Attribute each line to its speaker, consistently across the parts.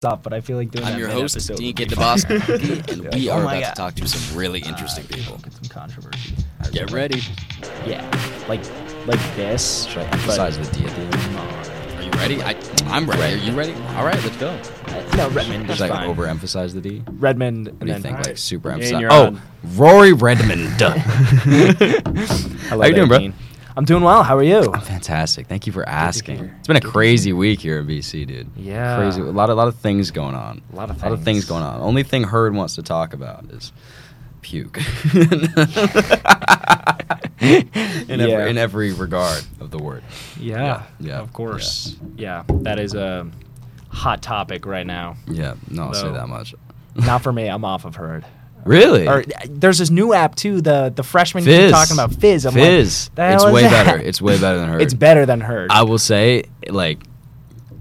Speaker 1: stop, but I feel like doing
Speaker 2: I'm
Speaker 1: that
Speaker 2: your host,
Speaker 1: mid-episode
Speaker 2: Dean
Speaker 1: would be
Speaker 2: Get
Speaker 1: fun.
Speaker 2: DeBoski, and we
Speaker 1: Oh
Speaker 2: are
Speaker 1: my
Speaker 2: about to
Speaker 1: God.
Speaker 2: talk to some really interesting
Speaker 1: Uh,
Speaker 2: people.
Speaker 1: Get some controversy.
Speaker 2: Get ready.
Speaker 1: Yeah, like like this.
Speaker 3: Should I emphasize the D at the end?
Speaker 2: Are you ready? I, I'm ready. Are you ready? All right, let's go.
Speaker 1: Uh, no, Redmond is
Speaker 3: Should I
Speaker 1: fine.
Speaker 3: overemphasize the D? What
Speaker 1: Redmond, and
Speaker 3: do you
Speaker 1: then
Speaker 3: think? Like super
Speaker 4: Ian,
Speaker 3: emphasize?
Speaker 4: you're
Speaker 3: Oh,
Speaker 4: on.
Speaker 3: Rory Redmond.
Speaker 1: Hello
Speaker 3: How you
Speaker 1: there,
Speaker 3: doing, bro?
Speaker 1: Dean. I'm doing well. How are you?
Speaker 3: Fantastic. Thank you for asking.
Speaker 1: hear.
Speaker 3: It's been a crazy week here in BC, dude.
Speaker 1: Yeah.
Speaker 3: Crazy. A lot, a lot of things going on.
Speaker 1: A lot of
Speaker 3: A lot of things
Speaker 1: things.
Speaker 3: going on. Only thing Heard wants to talk about is puke. in,
Speaker 1: Yeah.
Speaker 3: every, in every regard of the word.
Speaker 1: Yeah.
Speaker 3: yeah,
Speaker 1: Of course. Yeah. That is a hot topic right now.
Speaker 3: Yeah. No, I'll say
Speaker 1: No.
Speaker 3: that much.
Speaker 1: Not for me. I'm off of herd.
Speaker 3: Really?
Speaker 1: Or there's this new app too. The the freshman
Speaker 3: Fizz.
Speaker 1: keep talking about Fizz. I'm
Speaker 3: Fizz.
Speaker 1: Like, "The
Speaker 3: it's
Speaker 1: hell is
Speaker 3: way
Speaker 1: that?"
Speaker 3: better. It's way better than Heard.
Speaker 1: It's better than herd.
Speaker 3: I will say, like,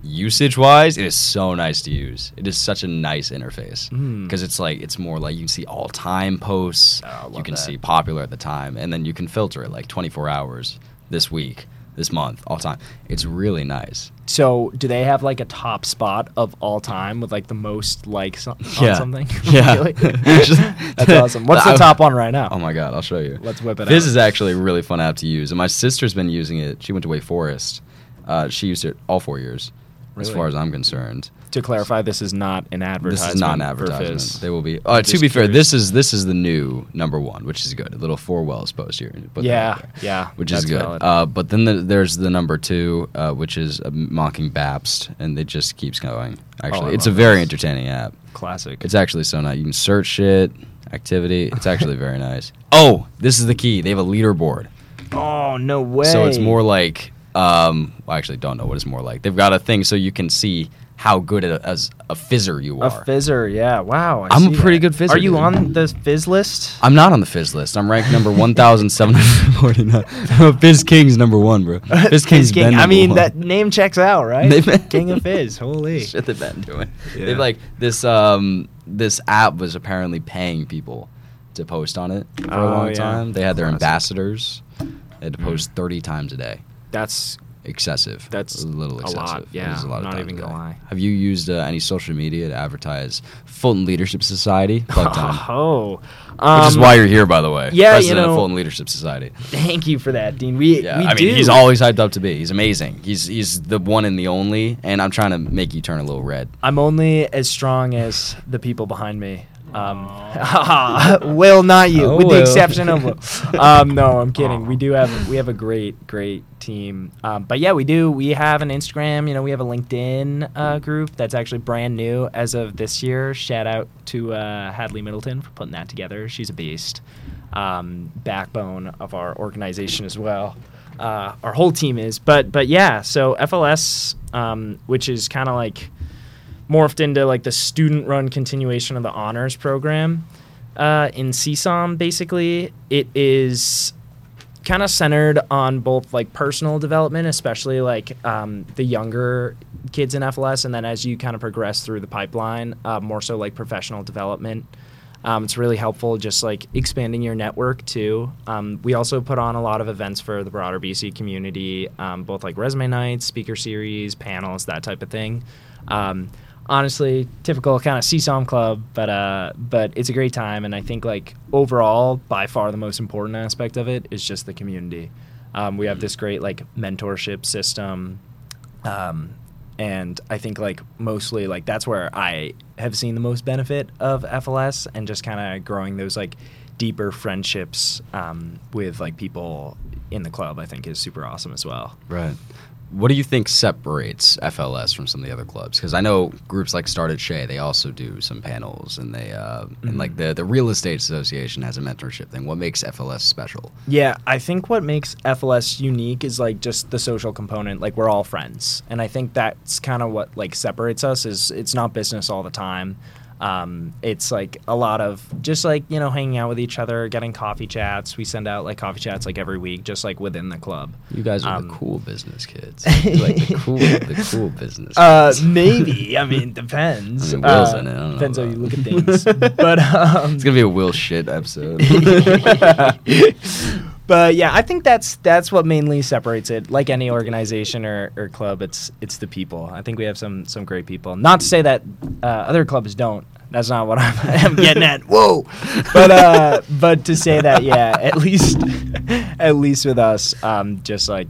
Speaker 3: usage wise, it is so nice to use. It is such a nice interface
Speaker 1: Mm.
Speaker 3: because it's like it's more like you can see all time posts.
Speaker 1: Oh, I love
Speaker 3: you can
Speaker 1: that.
Speaker 3: see popular at the time, and then you can filter it like 24 hours this week, this month, all time. It's really nice.
Speaker 1: So, do they have like a top spot of all time with like the most likes on, on
Speaker 3: Yeah.
Speaker 1: something?
Speaker 3: Yeah.
Speaker 1: Really?
Speaker 3: Just-
Speaker 1: That's awesome. What's the
Speaker 3: I-
Speaker 1: top one right now?
Speaker 3: Oh my god, I'll show you.
Speaker 1: Let's whip it
Speaker 3: This
Speaker 1: out.
Speaker 3: is actually a really fun app to use, and my sister's been using it. She went to Wake Forest. Uh, she used it all four years, as
Speaker 1: Really?
Speaker 3: far as I'm concerned.
Speaker 1: to clarify, this is not an advertisement.
Speaker 3: This is not an
Speaker 1: for
Speaker 3: advertisement.
Speaker 1: Fizz.
Speaker 3: They will be. Uh, to
Speaker 1: Just
Speaker 3: be fair,
Speaker 1: curious.
Speaker 3: this is this is the new number one, which is good. A little four wells post here. Put that
Speaker 1: Yeah,
Speaker 3: out there,
Speaker 1: yeah,
Speaker 3: which
Speaker 1: that's
Speaker 3: is good.
Speaker 1: valid.
Speaker 3: Uh, but then the, there's the number two, uh, which is uh, mocking Babst, and it just keeps going. Actually,
Speaker 1: Oh, I
Speaker 3: it's a
Speaker 1: love
Speaker 3: very
Speaker 1: this.
Speaker 3: entertaining app.
Speaker 1: Classic.
Speaker 3: It's actually so nice. You can search shit, activity. It's actually very nice. Oh, this is the key. They have a leaderboard.
Speaker 1: oh no way.
Speaker 3: So it's more like um, I actually don't know what it's more like. They've got a thing so you can see how good at a, as a fizzer you
Speaker 1: a
Speaker 3: are.
Speaker 1: fizzer. Yeah. Wow. I
Speaker 3: I'm a
Speaker 1: see
Speaker 3: pretty
Speaker 1: that.
Speaker 3: good fizzer,
Speaker 1: Are you
Speaker 3: dude.
Speaker 1: on the fizz list?
Speaker 3: I'm not on the Fizz list. I'm ranked number 1,749. Fizz King's number one, bro. Fizz King's
Speaker 1: Fizz King.
Speaker 3: been
Speaker 1: I
Speaker 3: number
Speaker 1: mean,
Speaker 3: one.
Speaker 1: that name checks out,
Speaker 3: They've-
Speaker 1: right? King of Fizz. Holy.
Speaker 3: shit they've been doing.
Speaker 1: Yeah.
Speaker 3: They've like this um this app was apparently paying people to post on it for a
Speaker 1: Oh,
Speaker 3: long
Speaker 1: yeah. Hmm.
Speaker 3: time. They had their
Speaker 4: Classic.
Speaker 3: ambassadors. They had to post 30 times a day.
Speaker 1: That's
Speaker 3: Excessive.
Speaker 1: That's
Speaker 3: a
Speaker 1: a
Speaker 3: little excessive.
Speaker 1: lot,
Speaker 3: It
Speaker 1: yeah,
Speaker 3: is a lot of
Speaker 1: not
Speaker 3: times
Speaker 1: even
Speaker 3: a day.
Speaker 1: gonna lie.
Speaker 3: Have you used uh, any social media to advertise Fulton Leadership Society? Plug time.
Speaker 1: oh.
Speaker 3: Which is
Speaker 1: Um,
Speaker 3: why you're here, by the way.
Speaker 1: yeah, you
Speaker 3: President of
Speaker 1: know-
Speaker 3: Fulton Leadership Society.
Speaker 1: Thank you for that, Dean. We
Speaker 3: Yeah,
Speaker 1: we
Speaker 3: I
Speaker 1: do.
Speaker 3: mean, he's always hyped up to be. He's amazing. He's he's the one and the only. And I'm trying to make you turn a little red.
Speaker 1: I'm only as strong as the people behind me. Um, will not you,
Speaker 3: Oh,
Speaker 1: with the
Speaker 3: Will.
Speaker 1: exception of Will. um, no, I'm kidding. We do have we have a great great team. Um, but yeah, we do. We have an Instagram. You know, we have a LinkedIn uh, group that's actually brand new as of this year. Shout out to uh, Hadley Middleton for putting that together. She's a beast. Um, backbone of our organization as well uh, our whole team is. But but yeah, so FLS, um, which is kind of like morphed into like the student-run continuation of the honors program uh, in CSOM. Basically, it is kind of centered on both like personal development, especially like um, the younger kids in FLS, and then as you kind of progress through the pipeline, uh, more so like professional development. Um, it's really helpful just like expanding your network too. Um, we also put on a lot of events for the broader BC community, um, both like resume nights, speaker series, panels, that type of thing. Um, honestly, typical kind of CSOM club, but uh, but it's a great time, and I think like overall, by far the most important aspect of it is just the community. Um, we have this great like mentorship system um, and I think like mostly like that's where I have seen the most benefit of FLS and just kind of growing those like deeper friendships um, with like people in the club. I think is super awesome as well.
Speaker 3: Right. What do you think separates FLS from some of the other clubs? Because I know groups like Started Shea, they also do some panels, and they uh, and like the the Real Estate Association has a mentorship thing. What makes FLS special?
Speaker 1: Yeah, I think what makes FLS unique is like just the social component. Like we're all friends, and I think that's kind of what like separates us. Is it's not business all the time. Um, it's like a lot of just like you know hanging out with each other, getting coffee chats. We send out like coffee chats like every week, just like within the club.
Speaker 3: You guys are
Speaker 1: Um,
Speaker 3: the cool business kids, like the cool, the cool business.
Speaker 1: Uh,
Speaker 3: kids.
Speaker 1: maybe. I mean, depends.
Speaker 3: I mean, Will's
Speaker 1: Uh,
Speaker 3: in it, I don't know
Speaker 1: depends how you
Speaker 3: about-
Speaker 1: look at things. but um,
Speaker 3: it's gonna be a Will shit episode.
Speaker 1: But yeah, I think that's that's what mainly separates it. Like any organization or, or club, it's it's the people. I think we have some some great people. Not to say that uh, other clubs don't. That's not what I'm, I'm getting at. Whoa, but uh, but to say that, yeah, at least at least with us, um, just like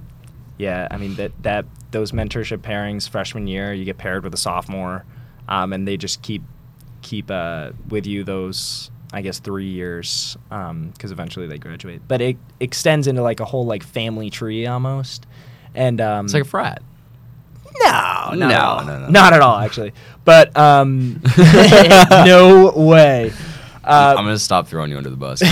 Speaker 1: yeah, I mean that that those mentorship pairings freshman year, you get paired with a sophomore, um, and they just keep keep uh, with you those I guess three years because eventually they graduate. But it extends into like a whole like family tree almost, and um,
Speaker 3: It's like a frat.
Speaker 1: no,
Speaker 3: No,
Speaker 1: not at all.
Speaker 3: no, no.
Speaker 1: not at all actually. But um, no way. Uh,
Speaker 3: I'm gonna stop throwing you under the bus.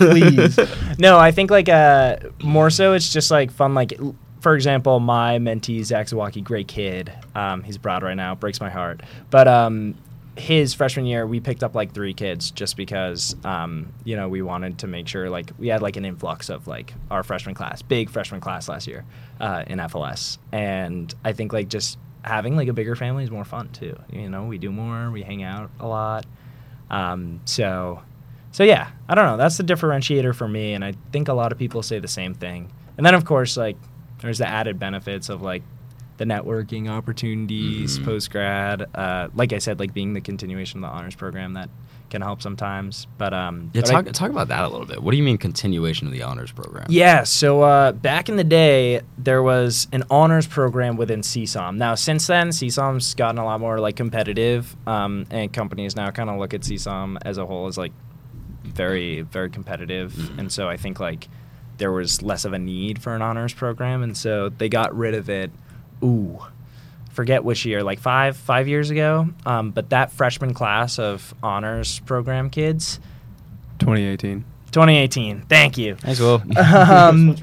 Speaker 1: please. No, I think like uh more so it's just like fun like l- for example, my mentee Zach Zawaki, great kid. Um, he's abroad right now, breaks my heart. But um, his freshman year, we picked up like three kids just because um, you know we wanted to make sure like we had like an influx of like our freshman class, big freshman class last year uh, in FLS, and I think like just having like a bigger family is more fun too. You know, we do more, we hang out a lot. Um, so, so yeah, I don't know. That's the differentiator for me, and I think a lot of people say the same thing. And then of course, like there's the added benefits of like the networking opportunities
Speaker 3: Mhm.
Speaker 1: post grad. Uh, like I said, like being the continuation of the honors program that can help sometimes. But um,
Speaker 3: Yeah,
Speaker 1: but I-
Speaker 3: talk, talk about that a little bit. What do you mean continuation of the honors program?
Speaker 1: yeah, so uh, back in the day, there was an honors program within CSOM. Now, since then, CSOM's gotten a lot more like competitive, um, and companies now kind of look at CSOM as a whole as like very, very competitive. And so I think like there was less of a need for an honors program, and so they got rid of it. Ooh, forget which year, like five five years ago. Um, but that freshman class of honors program kids,
Speaker 4: 2018.
Speaker 1: 2018. Thank you.
Speaker 3: Thanks, Will.
Speaker 1: Um,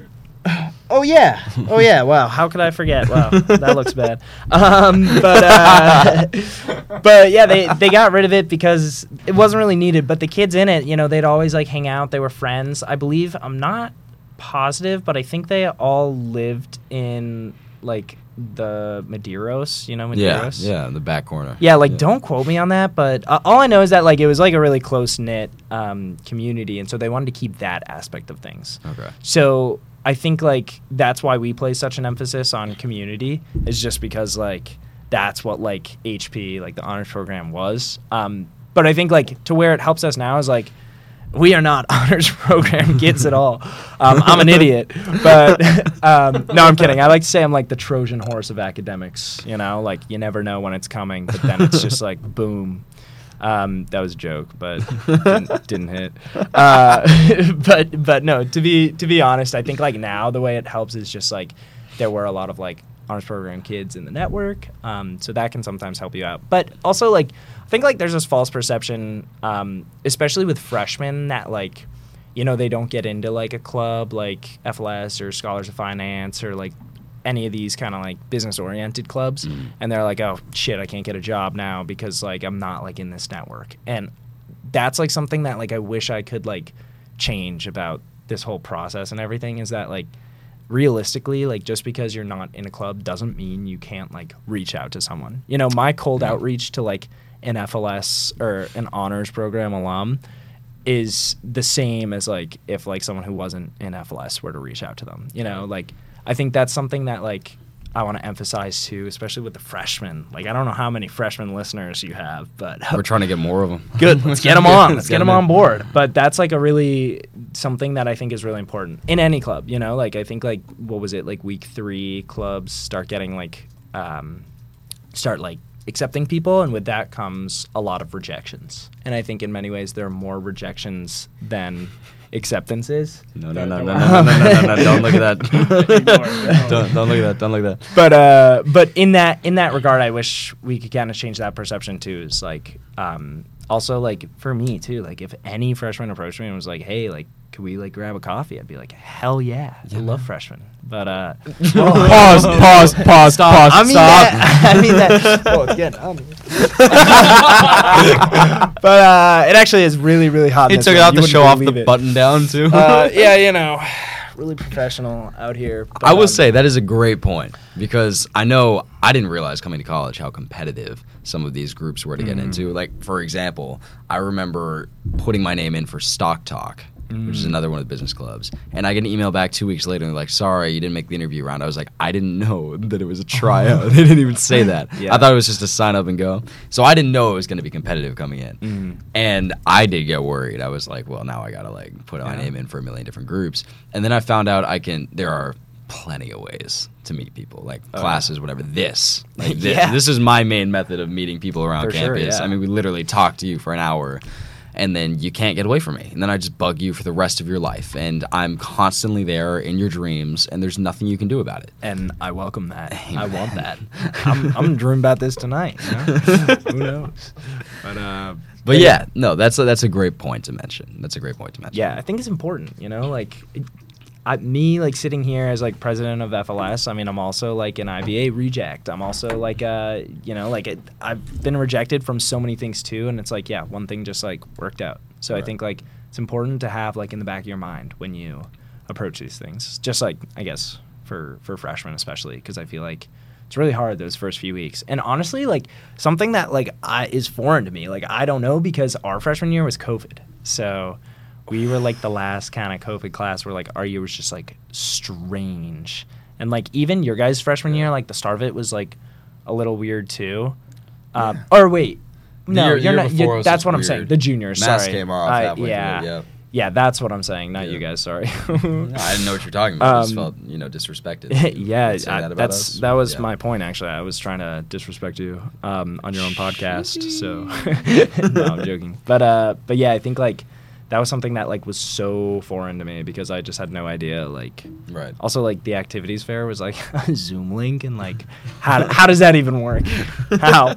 Speaker 1: oh yeah, oh yeah. Wow, how could I forget? Wow, that looks bad. Um, but uh, but yeah, they they got rid of it because it wasn't really needed. But the kids in it, you know, they'd always like hang out. They were friends. I believe I'm not positive, but I think they all lived in like the Madeiros. You know,
Speaker 3: yeah,
Speaker 1: Madeiros.
Speaker 3: yeah, in the back corner.
Speaker 1: Yeah, like don't quote me on that, but uh, all I know is that like it was like a really close knit um, community, and so they wanted to keep that aspect of things.
Speaker 3: Okay.
Speaker 1: So I think like that's why we place such an emphasis on community is just because like that's what like HP like the honors program was. Um, but I think like to where it helps us now is like we are not honors program kids at all. Um, I'm an idiot, but um, no, I'm kidding. I like to say I'm like the Trojan horse of academics. You know, like you never know when it's coming, but then it's just like boom. Um, that was a joke, but didn't, didn't hit. Uh, but but no, to be to be honest, I think like now the way it helps is just like there were a lot of like honors program kids in the network, um, so that can sometimes help you out. But also like I think like there's this false perception, um, especially with freshmen, that like you know they don't get into like a club like FLS or Scholars of Finance or like any of these kind of like business oriented clubs and they're like oh shit I can't get a job now because like I'm not like in this network and that's like something that like I wish I could like change about this whole process and everything is that like realistically like just because you're not in a club doesn't mean you can't like reach out to someone. You know, my cold outreach to like an FLS or an honors program alum is the same as like if like someone who wasn't in FLS were to reach out to them. You know, like I think that's something that like I want to emphasize too, especially with the freshmen. Like I don't know how many freshman listeners you have, but
Speaker 3: We're trying to get more of them.
Speaker 1: good. Let's get them on. Let's get them
Speaker 3: in.
Speaker 1: on board. But that's like a really something that I think is really important in any club. You know, like I think like what was it like week three clubs start getting like um, start like accepting people, and with that comes a lot of rejections. And I think in many ways there are more rejections than acceptances.
Speaker 3: No, no, no, no, no, no, no, no, no, Don't look at that. don't, don't look at that. Don't look at that.
Speaker 1: but uh, but in that in that regard, I wish we could kind of change that perception too. Is like um, also like for me too. Like if any freshman approached me and was like, "Hey, like, could we like grab a coffee?" I'd be like, "Hell yeah, I love freshmen." But uh,
Speaker 4: Pause, pause, pause, pause.
Speaker 1: I mean
Speaker 4: stop.
Speaker 1: that. I mean that.
Speaker 4: Oh,
Speaker 1: Well, again, I'm- but uh, it actually is really really hot. in
Speaker 3: He
Speaker 1: this
Speaker 3: took
Speaker 1: room.
Speaker 3: it off
Speaker 1: You
Speaker 3: to
Speaker 1: wouldn't
Speaker 3: show off the
Speaker 1: believe it.
Speaker 3: button down too.
Speaker 1: Uh, yeah, you know, really professional out here. but,
Speaker 3: I will
Speaker 1: um,
Speaker 3: say that is a great point because I know I didn't realize coming to college how competitive some of these
Speaker 1: Mm-hmm.
Speaker 3: groups were to get into. Like, for example, I remember putting my name in for Stock Talk which is
Speaker 1: Mm.
Speaker 3: another one of the business clubs. And I get an email back two weeks later, and they're like, sorry, you didn't make the interview round. I was like, I didn't know that it was a tryout. they didn't even say that.
Speaker 1: Yeah.
Speaker 3: I thought it was just a sign up and go. So I didn't know it was going to be competitive coming in.
Speaker 1: Mm.
Speaker 3: And I did get worried. I was like, well, now I got to like put my
Speaker 1: Yeah.
Speaker 3: name in for a million different groups. And then I found out I can, there are plenty of ways to meet people, like
Speaker 1: Oh, yeah.
Speaker 3: classes, whatever. This, like this,
Speaker 1: Yeah.
Speaker 3: this is my main method of meeting people around
Speaker 1: For sure,
Speaker 3: campus.
Speaker 1: yeah.
Speaker 3: I mean, we literally talk to you for an hour and then you can't get away from me. And then I just bug you for the rest of your life. And I'm constantly there in your dreams and there's nothing you can do about it.
Speaker 1: and I welcome that. I want that.
Speaker 3: Amen.
Speaker 1: I'm, I'm dreaming about this tonight. You know? Who knows?
Speaker 4: But uh,
Speaker 3: But yeah, no, that's a, that's a great point to mention. That's a great point to mention.
Speaker 1: Yeah, I think it's important. You know, like it, I, me, like sitting here as like president of FLS. I mean, I'm also like an IVA reject. I'm also like uh, you know, like it, I've been rejected from so many things too, and it's like yeah, one thing just like worked out. So I
Speaker 3: Right.
Speaker 1: think like it's important to have like in the back of your mind when you approach these things. Just like I guess for for freshmen especially, because I feel like. It's really hard those first few weeks, and honestly, like something that like I, is foreign to me. Like I don't know because our freshman year was COVID, so we were like the last kind of COVID class where like our year was just like strange. And like even your guys' freshman year, like the start of it was like a little weird too. Um, Or wait,
Speaker 3: The
Speaker 1: no,
Speaker 3: year-
Speaker 1: you're
Speaker 3: year
Speaker 1: not.
Speaker 3: before
Speaker 1: You're,
Speaker 3: was
Speaker 1: that's
Speaker 3: just
Speaker 1: what I'm saying.
Speaker 3: weird.
Speaker 1: The juniors,
Speaker 3: Mask
Speaker 1: sorry.
Speaker 3: came off
Speaker 1: I-
Speaker 3: halfway through,
Speaker 1: yeah,
Speaker 3: yeah.
Speaker 1: yeah, that's what I'm saying. Not
Speaker 3: Yeah.
Speaker 1: you guys, sorry.
Speaker 3: Yeah, I didn't know what you're talking about. I just
Speaker 1: Um,
Speaker 3: felt, you know, disrespected. that you
Speaker 1: yeah,
Speaker 3: would say
Speaker 1: I-
Speaker 3: that about
Speaker 1: that's
Speaker 3: us.
Speaker 1: that was
Speaker 3: Yeah.
Speaker 1: my point. Actually, I was trying to disrespect you um, on your own podcast. So no, I'm joking. But uh, but yeah, I think like that was something that like was so foreign to me because I just had no idea. Like
Speaker 3: Right.
Speaker 1: also like the activities fair was like a Zoom link and like how how does that even work? How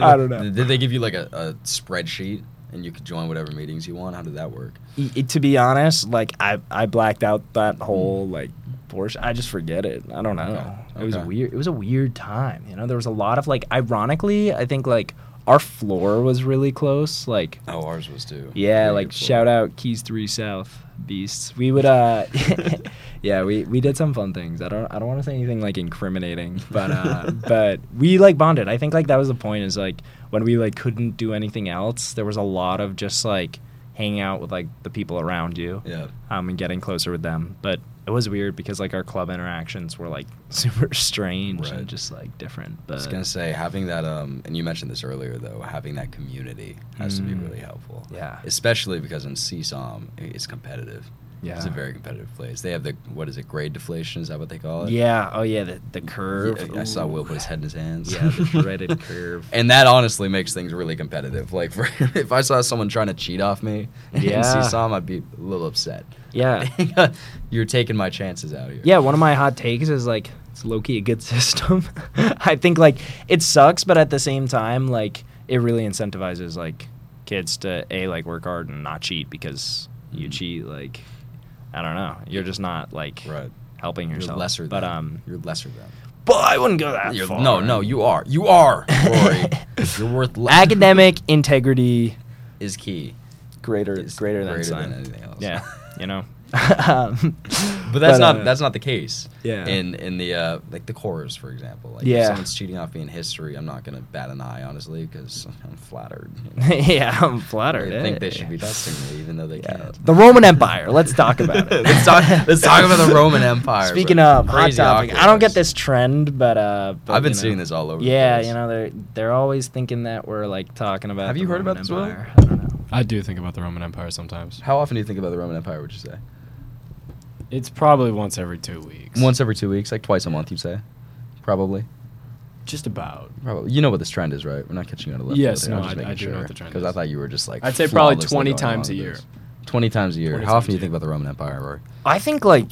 Speaker 1: I don't know.
Speaker 3: Did they give you like a, a spreadsheet and you could join whatever meetings you want? How did that work?
Speaker 1: Y- y- to be honest, like I, I blacked out that whole like portion. I just forget it. I don't know.
Speaker 3: Mm. Okay,
Speaker 1: It was
Speaker 3: okay.
Speaker 1: weird. It was a weird time. You know, there was a lot of like. Ironically, I think like our floor was really close. Like
Speaker 3: Oh, ours was too.
Speaker 1: yeah, like shout out Keys Three South Beasts. We would uh, yeah, we we did some fun things. I don't I don't want to say anything like incriminating, but uh, but we like bonded. I think like that was the point is like when we like couldn't do anything else, there was a lot of just like hanging out with like the people around you
Speaker 3: Yeah.
Speaker 1: um, and getting closer with them. But it was weird because like our club interactions were like super strange
Speaker 3: Right.
Speaker 1: and just like different.
Speaker 3: I was
Speaker 1: But
Speaker 3: gonna say having that, um, and you mentioned this earlier though, having that community has to be
Speaker 1: Mm.
Speaker 3: really helpful.
Speaker 1: Yeah.
Speaker 3: Especially because in CSOM, i- it's competitive. It's a
Speaker 1: Yeah.
Speaker 3: very competitive place. They have the what is it? Grade deflation? Is that what they call it?
Speaker 1: yeah, oh yeah, the, the
Speaker 3: Yeah,
Speaker 1: curve.
Speaker 3: I saw
Speaker 1: Ooh.
Speaker 3: Will put his head in his hands.
Speaker 1: Yeah, the dreaded curve.
Speaker 3: And that honestly makes things really competitive. Like, for, if I saw someone trying to cheat off me in
Speaker 1: Yeah.
Speaker 3: CSOM, I'd be a little upset.
Speaker 1: Yeah.
Speaker 3: You're taking my chances out here.
Speaker 1: Yeah, one of my hot takes is like it's low key a good system. I think like it sucks, but at the same time, like it really incentivizes like kids to a like work hard and not cheat because you
Speaker 3: Mhm.
Speaker 1: cheat like I don't know, you're just not like
Speaker 3: Right.
Speaker 1: helping
Speaker 3: You're
Speaker 1: yourself.
Speaker 3: lesser than.
Speaker 1: but um,
Speaker 3: You're lesser than.
Speaker 1: but I wouldn't go that
Speaker 3: You're-
Speaker 1: far.
Speaker 3: no, no, you are. You are, Rory. You're worth less.
Speaker 1: Academic integrity
Speaker 3: is key.
Speaker 1: greater
Speaker 3: Is
Speaker 1: greater than
Speaker 3: greater
Speaker 1: sign.
Speaker 3: than anything else.
Speaker 1: Yeah, you know. um,
Speaker 3: But that's not
Speaker 1: uh,
Speaker 3: that's not the case.
Speaker 1: yeah.
Speaker 3: In in the uh, like the cores, for example. Like
Speaker 1: Yeah.
Speaker 3: if someone's cheating off me in history, I'm not gonna bat an eye, honestly, because I'm flattered. you know.
Speaker 1: yeah, I'm flattered.
Speaker 3: They think
Speaker 1: eh?
Speaker 3: they should be testing me, even though they
Speaker 1: Yeah.
Speaker 3: can't.
Speaker 1: The Roman Empire. Let's talk about it.
Speaker 3: let's talk. Let's talk about the Roman Empire.
Speaker 1: Speaking
Speaker 3: bro.
Speaker 1: of hot
Speaker 3: Crazy
Speaker 1: topic,
Speaker 3: awkward
Speaker 1: I don't get
Speaker 3: times.
Speaker 1: this trend, but uh, but,
Speaker 3: I've been
Speaker 1: you know.
Speaker 3: seeing this all over. the
Speaker 1: Yeah,
Speaker 3: place.
Speaker 1: you know they're they're always thinking that we're like talking about.
Speaker 3: Have
Speaker 1: the
Speaker 3: you heard
Speaker 1: Roman
Speaker 3: about this, Will?
Speaker 1: Empire. I don't know.
Speaker 4: I do think about the Roman Empire sometimes.
Speaker 3: How often do you think about the Roman Empire? Would you say
Speaker 4: It's probably once every two weeks.
Speaker 3: once every two weeks, like twice a month? You'd say, probably.
Speaker 4: just about.
Speaker 3: Probably. You know what this trend is, right? We're not catching you out of left. field
Speaker 4: Yes,
Speaker 3: here.
Speaker 4: no,
Speaker 3: I'm just
Speaker 4: I-
Speaker 3: making
Speaker 4: I do
Speaker 3: sure,
Speaker 4: know what the trend
Speaker 3: Because I
Speaker 4: is.
Speaker 3: thought you were just like.
Speaker 4: I'd say probably
Speaker 3: flawlessly going
Speaker 4: 20
Speaker 3: along
Speaker 4: times a
Speaker 3: with
Speaker 4: year.
Speaker 3: this. Twenty times a year.
Speaker 4: 20
Speaker 3: How often
Speaker 4: times
Speaker 3: do
Speaker 4: a
Speaker 3: you think
Speaker 4: year.
Speaker 3: about the Roman Empire, Rory?
Speaker 1: I think like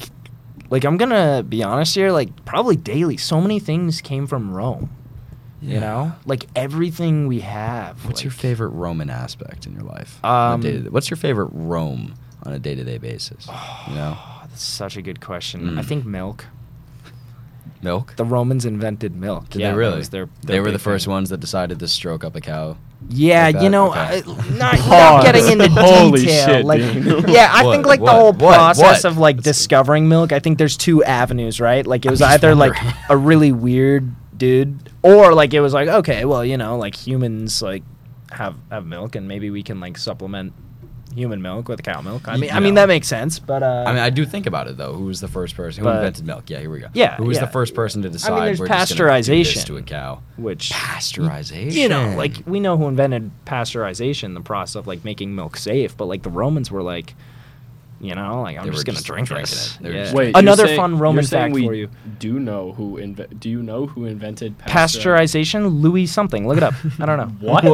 Speaker 1: like I'm gonna be honest here. Like probably daily, so many things came from Rome. You
Speaker 3: Yeah.
Speaker 1: know, like everything we have.
Speaker 3: What's your
Speaker 1: like-
Speaker 3: favorite Roman aspect in your life?
Speaker 1: Um,
Speaker 3: On a day-to-day- what's your favorite Rome on a day-to-day basis? You know,
Speaker 1: Oh, that's such a good question.
Speaker 3: Mm.
Speaker 1: I think milk.
Speaker 3: milk.
Speaker 1: The Romans invented milk.
Speaker 3: Did
Speaker 1: yeah,
Speaker 3: they
Speaker 1: that
Speaker 3: really?
Speaker 1: was their-
Speaker 3: they
Speaker 1: their
Speaker 3: were the
Speaker 1: big
Speaker 3: first
Speaker 1: thing.
Speaker 3: ones that decided to stroke up a cow.
Speaker 1: Yeah,
Speaker 3: Like
Speaker 1: you
Speaker 3: that?
Speaker 1: know,
Speaker 3: Okay.
Speaker 1: I, not, not
Speaker 4: Pause.
Speaker 1: getting into
Speaker 4: Holy
Speaker 1: detail.
Speaker 4: shit,
Speaker 1: like,
Speaker 4: dude.
Speaker 1: yeah, I
Speaker 3: What?
Speaker 1: think like
Speaker 3: What?
Speaker 1: the whole
Speaker 3: What?
Speaker 1: process
Speaker 3: What?
Speaker 1: of like
Speaker 3: That's-
Speaker 1: discovering milk. I think there's two avenues, right? Like it was
Speaker 3: just
Speaker 1: either like
Speaker 3: wondering.
Speaker 1: a really weird dude, or like it was like okay, well, you know, like humans like have have milk, and maybe we can like supplement human milk with cow milk. I
Speaker 3: Y-
Speaker 1: mean, I
Speaker 3: you
Speaker 1: mean
Speaker 3: know.
Speaker 1: that makes sense, but uh,
Speaker 3: I mean, I do think about it though. Who was the first person who
Speaker 1: But-
Speaker 3: invented milk? Yeah, here we go.
Speaker 1: Yeah,
Speaker 3: who was
Speaker 1: yeah.
Speaker 3: the first person to decide?
Speaker 1: there's
Speaker 3: we're just gonna do this
Speaker 1: pasteurization.
Speaker 3: to a cow.
Speaker 1: which
Speaker 3: Pasteurization.
Speaker 1: you know, like we know who invented pasteurization, the process of like making milk safe, but like the Romans were like, you know, like I'm
Speaker 3: They were
Speaker 1: just gonna
Speaker 3: just
Speaker 1: drink
Speaker 3: drinking
Speaker 1: this.
Speaker 3: it. They were
Speaker 1: Yeah.
Speaker 3: just
Speaker 4: Wait, you're
Speaker 1: another
Speaker 4: saying-
Speaker 1: fun
Speaker 4: you're
Speaker 1: Roman
Speaker 4: saying
Speaker 1: fact
Speaker 4: we
Speaker 1: for you.
Speaker 4: Do know who inve- Do you know who invented pasteurization?
Speaker 1: Pasteurization, Louis something. Look it up. I don't know.
Speaker 4: What?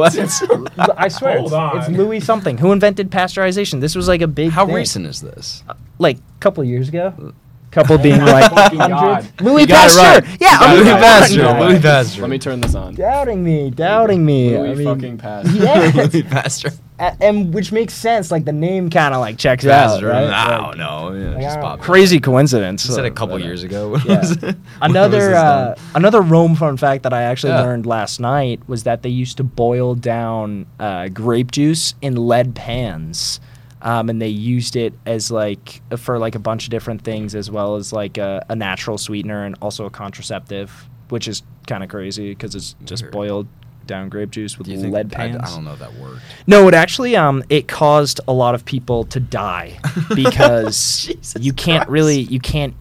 Speaker 1: I swear,
Speaker 4: Hold
Speaker 1: it's, it's
Speaker 4: on.
Speaker 1: Louis something who invented pasteurization. This was like a big.
Speaker 3: how
Speaker 1: thing.
Speaker 3: recent Uh, is this?
Speaker 1: Like a couple years ago. Couple being
Speaker 3: Oh
Speaker 1: like
Speaker 4: fucking God.
Speaker 1: hundreds. Louis
Speaker 3: You got it
Speaker 1: Pasteur.
Speaker 3: right.
Speaker 1: Yeah,
Speaker 4: got
Speaker 1: I'm a
Speaker 4: it right.
Speaker 1: fucking
Speaker 3: Pasteur,
Speaker 1: guy.
Speaker 3: Louis Pasteur.
Speaker 4: Let me turn this on.
Speaker 1: Doubting me, doubting me.
Speaker 4: Louis
Speaker 1: I mean,
Speaker 4: fucking Pasteur.
Speaker 1: Yeah.
Speaker 3: Louis Pasteur.
Speaker 1: A- and which makes sense. Like the name kind of like checks
Speaker 3: Pasteur.
Speaker 1: out, right?
Speaker 3: I
Speaker 1: Like-
Speaker 3: don't know. Yeah, it
Speaker 1: like,
Speaker 3: just
Speaker 1: I don't know.
Speaker 3: popped up.
Speaker 1: crazy coincidence.
Speaker 3: You said a
Speaker 1: Uh,
Speaker 3: couple
Speaker 1: but, uh,
Speaker 3: years ago. What
Speaker 1: yeah.
Speaker 3: was it? When was
Speaker 1: Another
Speaker 3: this done?
Speaker 1: uh, another Rome fun fact that I actually
Speaker 3: Yeah.
Speaker 1: learned last night was that they used to boil down uh, grape juice in lead pans, um, and they used it as like for like a bunch of different things, as well as like a, a natural sweetener and also a contraceptive, which is kind of crazy because it's just
Speaker 3: Weird.
Speaker 1: boiled down grape juice with
Speaker 3: Do you think
Speaker 1: lead
Speaker 3: I,
Speaker 1: pans.
Speaker 3: I don't know if that worked.
Speaker 1: No, it actually um it caused a lot of people to die because
Speaker 3: Jesus
Speaker 1: you can't
Speaker 3: Christ.
Speaker 1: really you can't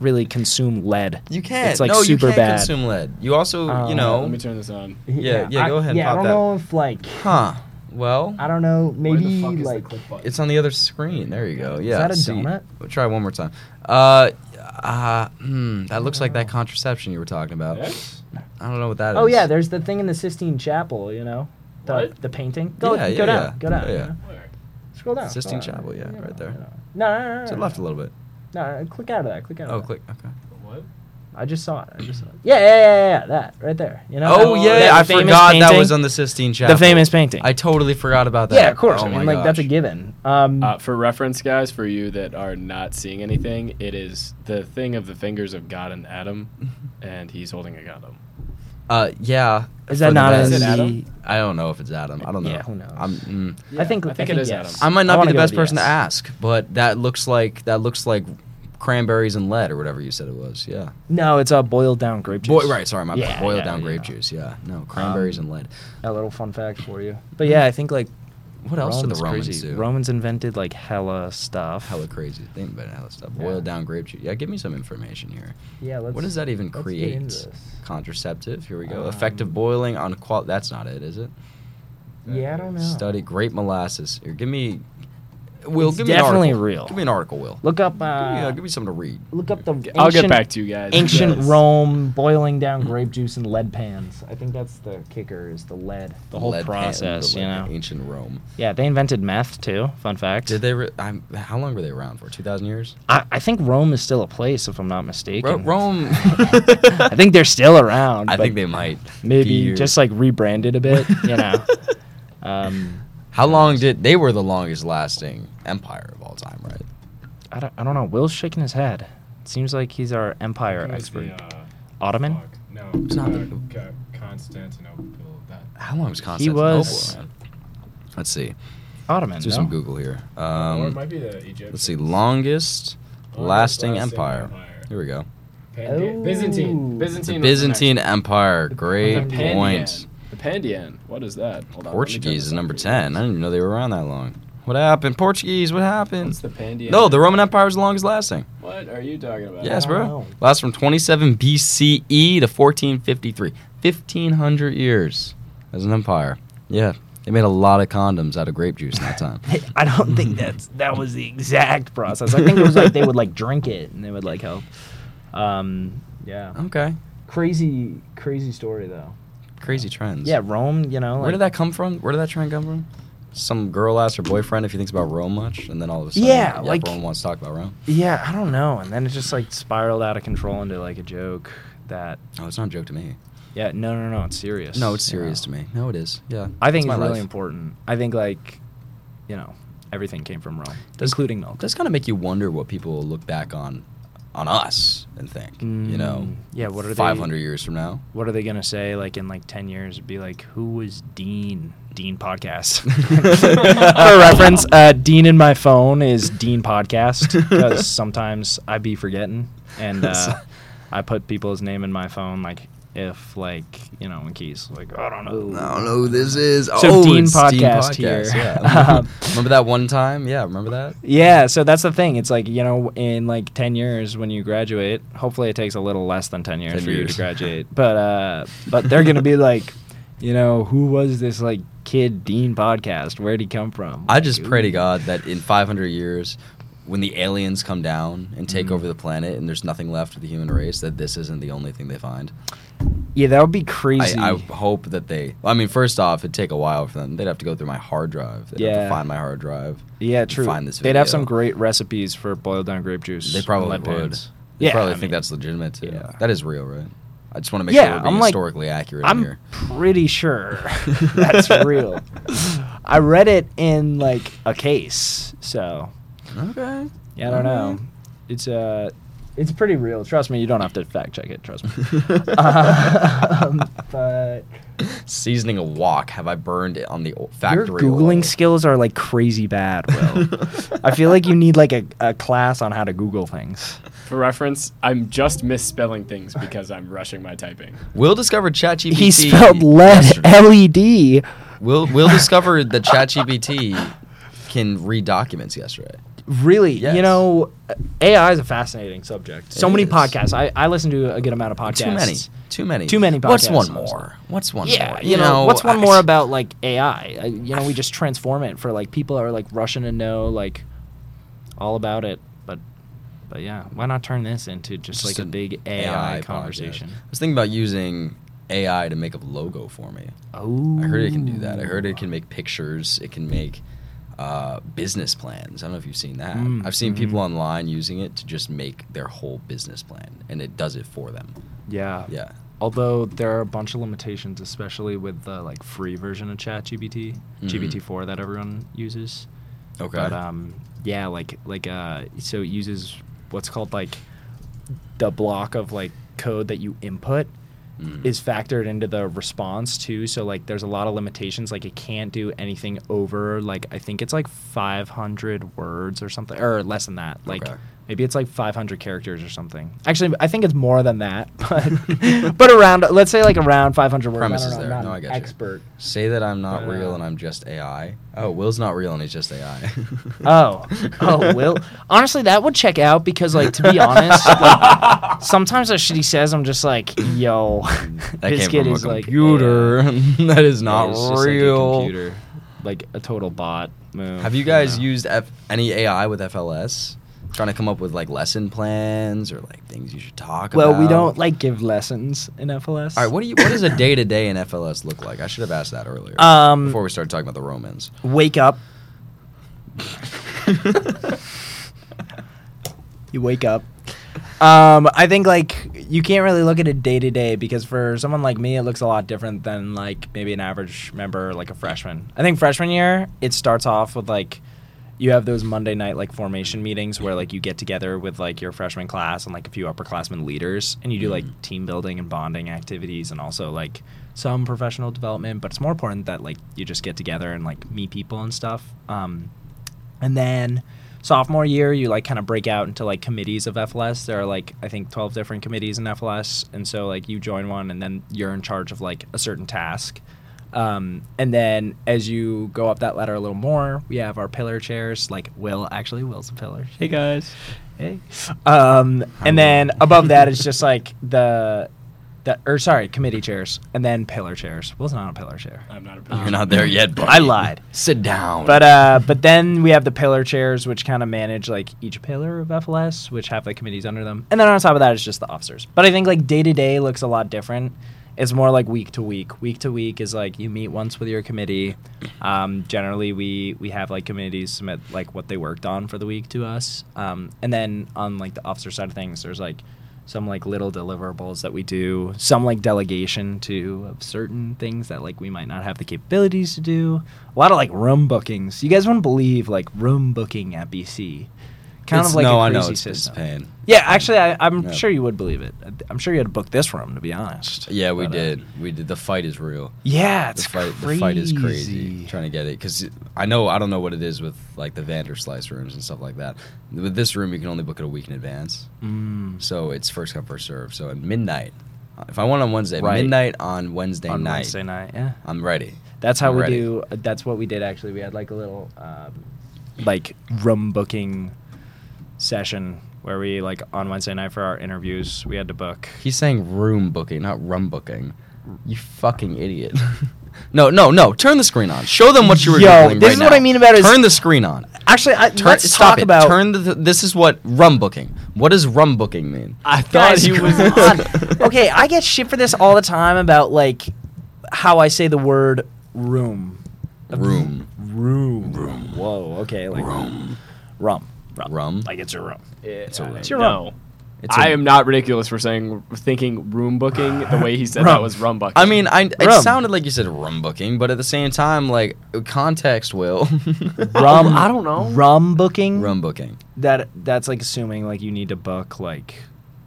Speaker 1: really consume lead.
Speaker 3: You can't.
Speaker 1: It's like
Speaker 3: no, you
Speaker 1: super
Speaker 3: can't
Speaker 1: bad.
Speaker 3: consume lead. You also,
Speaker 1: Um,
Speaker 3: you know.
Speaker 4: Let me turn this on.
Speaker 3: Yeah, yeah, go ahead and
Speaker 1: Yeah, I
Speaker 3: pop
Speaker 1: don't
Speaker 3: that.
Speaker 1: know if like
Speaker 3: Huh. Well,
Speaker 1: I don't know maybe
Speaker 4: Where the fuck is
Speaker 1: like
Speaker 4: the click button?
Speaker 3: it's on the other screen. There you go.
Speaker 1: Is
Speaker 3: Yeah.
Speaker 1: that a
Speaker 3: see.
Speaker 1: donut?
Speaker 3: We'll try one more time. Uh, uh, hmm, that looks like that contraception you were talking about.
Speaker 4: Yeah?
Speaker 3: I don't know what that is.
Speaker 1: oh yeah, there's the thing in the Sistine Chapel, you know, the
Speaker 4: What?
Speaker 1: the painting. Go
Speaker 3: Yeah,
Speaker 1: go
Speaker 3: yeah,
Speaker 1: down,
Speaker 3: yeah.
Speaker 1: go down.
Speaker 3: Yeah,
Speaker 1: you
Speaker 3: yeah.
Speaker 1: know? Scroll down.
Speaker 3: Sistine
Speaker 1: scroll down.
Speaker 3: Chapel, yeah,
Speaker 1: You
Speaker 3: right
Speaker 1: know,
Speaker 3: there.
Speaker 1: you know. No, no, no, no.
Speaker 3: To the
Speaker 1: no,
Speaker 3: left a
Speaker 1: no.
Speaker 3: little bit.
Speaker 1: No, no, click out of that. Click out.
Speaker 3: Oh,
Speaker 1: of that.
Speaker 3: click. Okay.
Speaker 4: What?
Speaker 1: I just saw it. I just saw it. Yeah, yeah, yeah, yeah, yeah, that right there. You know.
Speaker 3: Oh
Speaker 1: that-
Speaker 3: yeah,
Speaker 1: that
Speaker 3: I
Speaker 1: famous
Speaker 3: forgot that
Speaker 1: painting?
Speaker 3: was on the Sistine Chapel.
Speaker 1: the famous painting.
Speaker 3: I totally forgot about that.
Speaker 1: Yeah, of course.
Speaker 3: Oh
Speaker 1: I
Speaker 3: my
Speaker 1: mean, like that's a
Speaker 3: gosh.
Speaker 1: given. Um,
Speaker 4: Uh, for reference, guys, for you that are not seeing anything, it is the thing of the fingers of God and Adam, and he's holding a Gotham.
Speaker 3: Uh, yeah.
Speaker 1: is
Speaker 3: for
Speaker 1: that
Speaker 3: the
Speaker 1: not
Speaker 3: best.
Speaker 1: in
Speaker 4: Is it
Speaker 1: the?
Speaker 4: Adam?
Speaker 3: I don't know if it's Adam. I don't know.
Speaker 1: Yeah, who knows?
Speaker 3: I'm, mm.
Speaker 1: I think
Speaker 4: I think it is
Speaker 1: yes.
Speaker 3: I might not
Speaker 1: wanna
Speaker 3: be the
Speaker 1: go
Speaker 3: best
Speaker 1: with
Speaker 3: person to
Speaker 1: yes.
Speaker 3: ask, but that looks like that looks like cranberries and lead or whatever you said it was. Yeah.
Speaker 1: No, it's a boiled down grape juice.
Speaker 3: Boy, right. Sorry, my
Speaker 1: Yeah,
Speaker 3: bad. boiled
Speaker 1: yeah,
Speaker 3: down
Speaker 1: yeah.
Speaker 3: grape juice. Yeah. No, cranberries and lead.
Speaker 1: A little fun fact for you. But yeah, I think like
Speaker 3: What else did the Romans
Speaker 1: crazy.
Speaker 3: do?
Speaker 1: Romans invented like hella stuff.
Speaker 3: Hella crazy. They invented hella stuff.
Speaker 1: Yeah.
Speaker 3: Boiled down grape juice. Yeah, give me some information here.
Speaker 1: Yeah. Let's,
Speaker 3: what does that even
Speaker 1: let's get
Speaker 3: create?
Speaker 1: into this.
Speaker 3: Contraceptive. Here we go.
Speaker 1: Um,
Speaker 3: Effective boiling on qual. That's not it, is it?
Speaker 1: Yeah, I don't know.
Speaker 3: Study grape molasses. Here, give me. Will
Speaker 1: It's
Speaker 3: give me
Speaker 1: definitely
Speaker 3: an article.
Speaker 1: real.
Speaker 3: Give me an article, Will.
Speaker 1: Look up.
Speaker 3: give, me, uh,
Speaker 1: Uh,
Speaker 3: give me something to read.
Speaker 1: look up the. Ancient,
Speaker 4: I'll get back to you guys.
Speaker 1: Ancient
Speaker 4: Yes.
Speaker 1: Rome boiling down grape juice in lead pans. I think that's the kicker is the lead. The whole
Speaker 3: Lead pan,
Speaker 1: process,
Speaker 3: the
Speaker 1: you know.
Speaker 3: lead- Ancient Rome.
Speaker 1: Yeah, they invented meth too. Fun fact.
Speaker 3: Did they? Re- I'm, how long were they around for? Two thousand years.
Speaker 1: I, I think Rome is still a place, if I'm not mistaken.
Speaker 3: Ro- Rome.
Speaker 1: I think they're still around.
Speaker 3: I
Speaker 1: but
Speaker 3: think they might.
Speaker 1: maybe
Speaker 3: be years.
Speaker 1: just like rebranded a bit, you know. um,
Speaker 3: How long did they were the longest lasting empire of all time? Right.
Speaker 1: I don't, I don't know. Will's shaking his head. It seems like he's uh, our empire expert.
Speaker 4: uh,
Speaker 1: Ottoman?
Speaker 5: No,
Speaker 3: It's not
Speaker 5: uh,
Speaker 3: the-
Speaker 5: Ca- Constantinople. That
Speaker 3: How long was Constantinople?
Speaker 1: was-
Speaker 3: around? Let's see.
Speaker 1: Ottoman.
Speaker 3: Let's do
Speaker 1: no?
Speaker 3: some Google here.
Speaker 5: or it
Speaker 3: Um,
Speaker 5: might be the Egyptian.
Speaker 3: let's see. Longest
Speaker 5: Longest
Speaker 3: lasting
Speaker 5: lasting
Speaker 3: empire.
Speaker 5: empire.
Speaker 3: Here we go.
Speaker 5: Panda-
Speaker 1: Oh.
Speaker 5: Byzantine.
Speaker 1: The
Speaker 5: Byzantine.
Speaker 3: The
Speaker 5: was the next
Speaker 3: Byzantine Empire.
Speaker 4: The
Speaker 3: Great
Speaker 4: Pandian.
Speaker 3: point.
Speaker 4: The Pandian. What is that? Hold on, let me turn
Speaker 3: Portuguese
Speaker 4: this
Speaker 3: is
Speaker 4: on
Speaker 3: number
Speaker 4: for you.
Speaker 3: ten. I didn't even know they were around that long. What happened? Portuguese. What happened?
Speaker 4: What's the Pandian?
Speaker 3: No, the Roman Empire was the longest lasting.
Speaker 4: What are you talking about?
Speaker 3: Yes, bro.
Speaker 1: Wow.
Speaker 3: Lasts from 27 BCE E to 1453. 1500 years as an empire. Yeah. They made a lot of condoms out of grape juice in that time.
Speaker 1: I don't think that's that was the exact process. I think it was like they would like drink it and it would like help. Um, yeah.
Speaker 3: okay.
Speaker 1: Crazy, crazy story though.
Speaker 3: Crazy trends.
Speaker 1: Yeah, Rome. You know.
Speaker 3: Where
Speaker 1: like-
Speaker 3: did that come from? Where did that trend come from? Some girl asked her boyfriend if he thinks about Rome much, and then all of a sudden,
Speaker 1: Yeah, like-
Speaker 3: everyone wants to talk about Rome.
Speaker 1: Yeah, I don't know. And then it just like spiraled out of control into like a joke that.
Speaker 3: Oh, it's not a joke to me.
Speaker 1: Yeah, no, no, no. It's serious.
Speaker 3: No, it's
Speaker 1: you know.
Speaker 3: serious to me. No, it is. Yeah,
Speaker 1: I think it's,
Speaker 3: my
Speaker 1: really
Speaker 3: life.
Speaker 1: important. I think like, you know, everything came from Rome,
Speaker 3: Does-
Speaker 1: including milk.
Speaker 3: does kind of make you wonder what people will look back on on us and think you know
Speaker 1: Mm, yeah, what are they-
Speaker 3: 500 years from now
Speaker 1: what are they gonna say like in like ten years? Be like, who was Dean? Dean podcast. For reference, uh, Dean in my phone is Dean podcast because sometimes I be forgetting and uh, I put people's name in my phone like if like you know in case like I don't know.
Speaker 3: I don't know who this is. Oh,
Speaker 1: So Dean
Speaker 3: it's
Speaker 1: Podcast here.
Speaker 3: yeah.
Speaker 1: Um,
Speaker 3: remember that one time? Yeah, remember that?
Speaker 1: Yeah, so that's the thing. It's like you know, in like ten years when you graduate, hopefully it takes a little less than ten years
Speaker 3: 10
Speaker 1: for you to
Speaker 3: years.
Speaker 1: graduate. But uh, but they're gonna be like, you know, who was this like kid Dean podcast? Where'd he come from?
Speaker 3: I just
Speaker 1: Like,
Speaker 3: pray to
Speaker 1: ooh.
Speaker 3: God that in 500 years, when the aliens come down and take
Speaker 1: Mm.
Speaker 3: over the planet and there's nothing left of the human race, that this isn't the only thing they find.
Speaker 1: Yeah, that would be crazy.
Speaker 3: I, I hope that they. I mean, first off, it'd take a while for them. They'd have to go through my hard drive. They'd have
Speaker 1: Yeah.
Speaker 3: to find my hard drive.
Speaker 1: yeah, true.
Speaker 3: find this
Speaker 1: They'd have some
Speaker 3: video.
Speaker 1: great recipes for boiled down grape juice.
Speaker 3: They
Speaker 1: and
Speaker 3: probably
Speaker 1: lead
Speaker 3: would.
Speaker 1: paints.
Speaker 3: They
Speaker 1: Yeah,
Speaker 3: probably
Speaker 1: I
Speaker 3: think
Speaker 1: mean-
Speaker 3: that's legitimate too.
Speaker 1: Yeah.
Speaker 3: That is real, right? I just want to make
Speaker 1: Yeah,
Speaker 3: sure we're being
Speaker 1: I'm like-
Speaker 3: historically accurate
Speaker 1: I'm
Speaker 3: here.
Speaker 1: pretty sure that's real. I read it in like a case, so
Speaker 3: Okay.
Speaker 1: Yeah, I don't know.
Speaker 3: Mm-hmm.
Speaker 1: It's uh it's pretty real. Trust me, you don't have to fact check it. Trust me. um, but
Speaker 3: Seasoning a wok. Have I burned it on the o-
Speaker 1: your
Speaker 3: factory?
Speaker 1: googling
Speaker 3: oil?
Speaker 1: skills are like crazy bad, Will. I feel like you need like a, a class on how to Google things.
Speaker 4: For reference, I'm just misspelling things because I'm rushing my typing.
Speaker 3: Will discovered ChatGPT.
Speaker 1: He spelled lead
Speaker 3: yesterday.
Speaker 1: L E D.
Speaker 3: Will Will discovered that ChatGPT can read documents yesterday.
Speaker 1: Really,
Speaker 3: Yes.
Speaker 1: you know, AI is a fascinating subject. So
Speaker 3: It
Speaker 1: many
Speaker 3: is.
Speaker 1: podcasts. I, I listen to a good amount of podcasts.
Speaker 3: Too many. Too many.
Speaker 1: Too many
Speaker 3: What's
Speaker 1: podcasts,
Speaker 3: one
Speaker 1: honestly.
Speaker 3: more? What's one
Speaker 1: Yeah,
Speaker 3: more?
Speaker 1: you, know, what's one
Speaker 3: I-
Speaker 1: more about like AI? I, Uh, you know, we just transform it for like people are like rushing to know like all about it, but but yeah, why not turn this into just,
Speaker 3: Just
Speaker 1: like a
Speaker 3: an
Speaker 1: big AI,
Speaker 3: podcast.
Speaker 1: conversation?
Speaker 3: I was thinking about using AI to make a logo for me.
Speaker 1: Oh,
Speaker 3: I heard it can do that. I heard it can make pictures. It can make uh, business plans. I don't know if you've seen that.
Speaker 1: Mm,
Speaker 3: I've seen
Speaker 1: mhm.
Speaker 3: people online using it to just make their whole business plan, and it does it for them.
Speaker 1: Yeah.
Speaker 3: Yeah.
Speaker 1: Although there are a bunch of limitations, especially with the like free version of ChatGPT,
Speaker 3: Mhm.
Speaker 1: GPT four that everyone uses.
Speaker 3: Okay.
Speaker 1: But um, yeah, like like uh, so it uses what's called like the block of like code that you input
Speaker 3: Mm.
Speaker 1: is factored into the response too. So like there's a lot of limitations. Like it can't do anything over like I think it's like 500 words or something or less than that. Like
Speaker 3: Okay.
Speaker 1: maybe it's like 500 characters or something. Actually, I think it's more than that, but but around let's say like around 500 words.
Speaker 3: Premise
Speaker 1: I
Speaker 3: is
Speaker 1: don't know,
Speaker 3: there.
Speaker 1: I'm not
Speaker 3: No, I
Speaker 1: an
Speaker 3: get you.
Speaker 1: expert.
Speaker 3: Say that I'm not
Speaker 1: But, uh,
Speaker 3: real and I'm just AI. Oh, Will's not real and he's just AI.
Speaker 1: Oh, oh, Will. Honestly, that would check out because, like, to be honest, like, sometimes the shit he says, I'm just like, yo,
Speaker 3: That
Speaker 1: this kid
Speaker 3: came from
Speaker 1: is
Speaker 3: a
Speaker 1: like
Speaker 3: computer. that is not
Speaker 1: It's just like a
Speaker 3: real.
Speaker 1: computer, like a total bot. move,
Speaker 3: Have you guys
Speaker 1: know.
Speaker 3: used F- any AI with FLS? Trying to come up with like lesson plans or like things you should talk
Speaker 1: Well,
Speaker 3: about.
Speaker 1: we don't like give lessons in FLS.
Speaker 3: All right, what do you? What does a day to day in FLS look like? I should have asked that earlier.
Speaker 1: Um,
Speaker 3: before we started talking about the Romans.
Speaker 1: wake up. You wake up. Um, I think like you can't really look at it day to day because for someone like me, it looks a lot different than like maybe an average member, like a freshman. I think freshman year, it starts off with like you have those Monday night like formation meetings where like you get together with like your freshman class and like a few upperclassmen leaders and you do like team building and bonding activities and also like some professional development. But it's more important that like you just get together and like meet people and stuff. Um, and then sophomore year, you like kind of break out into like committees of FLS. There are like I think twelve different committees in FLS, and so like you join one, and then you're in charge of like a certain task. Um, and then as you go up that ladder a little more, we have our pillar chairs. Like Will, actually, Will's a pillar. Hey guys. Hey. Um, and then above that is just like the. The, or sorry, committee chairs, and then pillar chairs. Will's not a pillar chair.
Speaker 4: I'm not a
Speaker 3: You're not there yet, buddy.
Speaker 1: Um, I lied.
Speaker 3: Sit down.
Speaker 1: But uh, but then we have the pillar chairs, which kind of manage like each pillar of FLS, which have like committees under them. And then on top of that, it's just the officers. But I think like day to day looks a lot different. It's more like week to week. Week to week is like you meet once with your committee. Um, generally, we we have like committees submit like what they worked on for the week to us. Um, and then on like the officer side of things, there's like some like little deliverables that we do, some like delegation to of certain things that like we might not have the capabilities to do. A lot of like room bookings. You guys wouldn't believe like room booking at BC. Kind
Speaker 3: It's-
Speaker 1: of like
Speaker 3: no,
Speaker 1: a
Speaker 3: I know,
Speaker 1: crazy
Speaker 3: it's- it's
Speaker 1: system.
Speaker 3: pain.
Speaker 1: Yeah, actually, I, I'm
Speaker 3: Yeah.
Speaker 1: sure you would believe it. I'm sure you had to book this room to be honest.
Speaker 3: yeah, we
Speaker 1: But, uh,
Speaker 3: did. we did. The fight is real.
Speaker 1: yeah,
Speaker 3: The
Speaker 1: it's
Speaker 3: fight,
Speaker 1: crazy.
Speaker 3: the fight is crazy. Trying to get it because I know I don't know what it is with like the Vanderslice rooms and stuff like that. With this room, you can only book it a week in advance,
Speaker 1: Mm.
Speaker 3: so it's first come first serve. So at midnight, uh, If I want on Wednesday,
Speaker 1: Right.
Speaker 3: midnight on Wednesday
Speaker 1: on
Speaker 3: night,
Speaker 1: Wednesday night. Yeah.
Speaker 3: I'm ready.
Speaker 1: That's how
Speaker 3: I'm
Speaker 1: we
Speaker 3: ready.
Speaker 1: do. uh, That's what we did actually. We had like a little, um, like room booking session where we like on Wednesday night for our interviews. We had to book.
Speaker 3: He's saying room booking, not rum booking. You fucking idiot. no, no, no. Turn the screen on. Show them what you were
Speaker 1: Yo,
Speaker 3: Googling
Speaker 1: this
Speaker 3: right
Speaker 1: is what
Speaker 3: now.
Speaker 1: I mean about is-
Speaker 3: turn the screen on.
Speaker 1: Actually, I,
Speaker 3: Turn,
Speaker 1: let's
Speaker 3: stop
Speaker 1: talk
Speaker 3: it.
Speaker 1: about.
Speaker 3: turn the. This is what rum booking. What does rum booking mean?
Speaker 1: I
Speaker 4: thought he was on.
Speaker 1: okay, I get shit for this all the time about like how I say the word room.
Speaker 3: Room.
Speaker 1: Room. Room. Whoa. Okay. Like rum. Rum.
Speaker 3: Rum?
Speaker 1: Like it's a room.
Speaker 4: It's
Speaker 3: a room.
Speaker 1: It's your
Speaker 4: no.
Speaker 3: It's a-
Speaker 4: I am not ridiculous for saying thinking room booking the way he said
Speaker 1: Rum.
Speaker 4: that was rum booking.
Speaker 3: I mean, I, it
Speaker 1: Rum.
Speaker 3: sounded like you said rum booking, but at the same time, like context will.
Speaker 1: Rum.
Speaker 4: I don't know.
Speaker 1: Rum booking.
Speaker 3: rum booking.
Speaker 1: That that's like assuming like you need to book like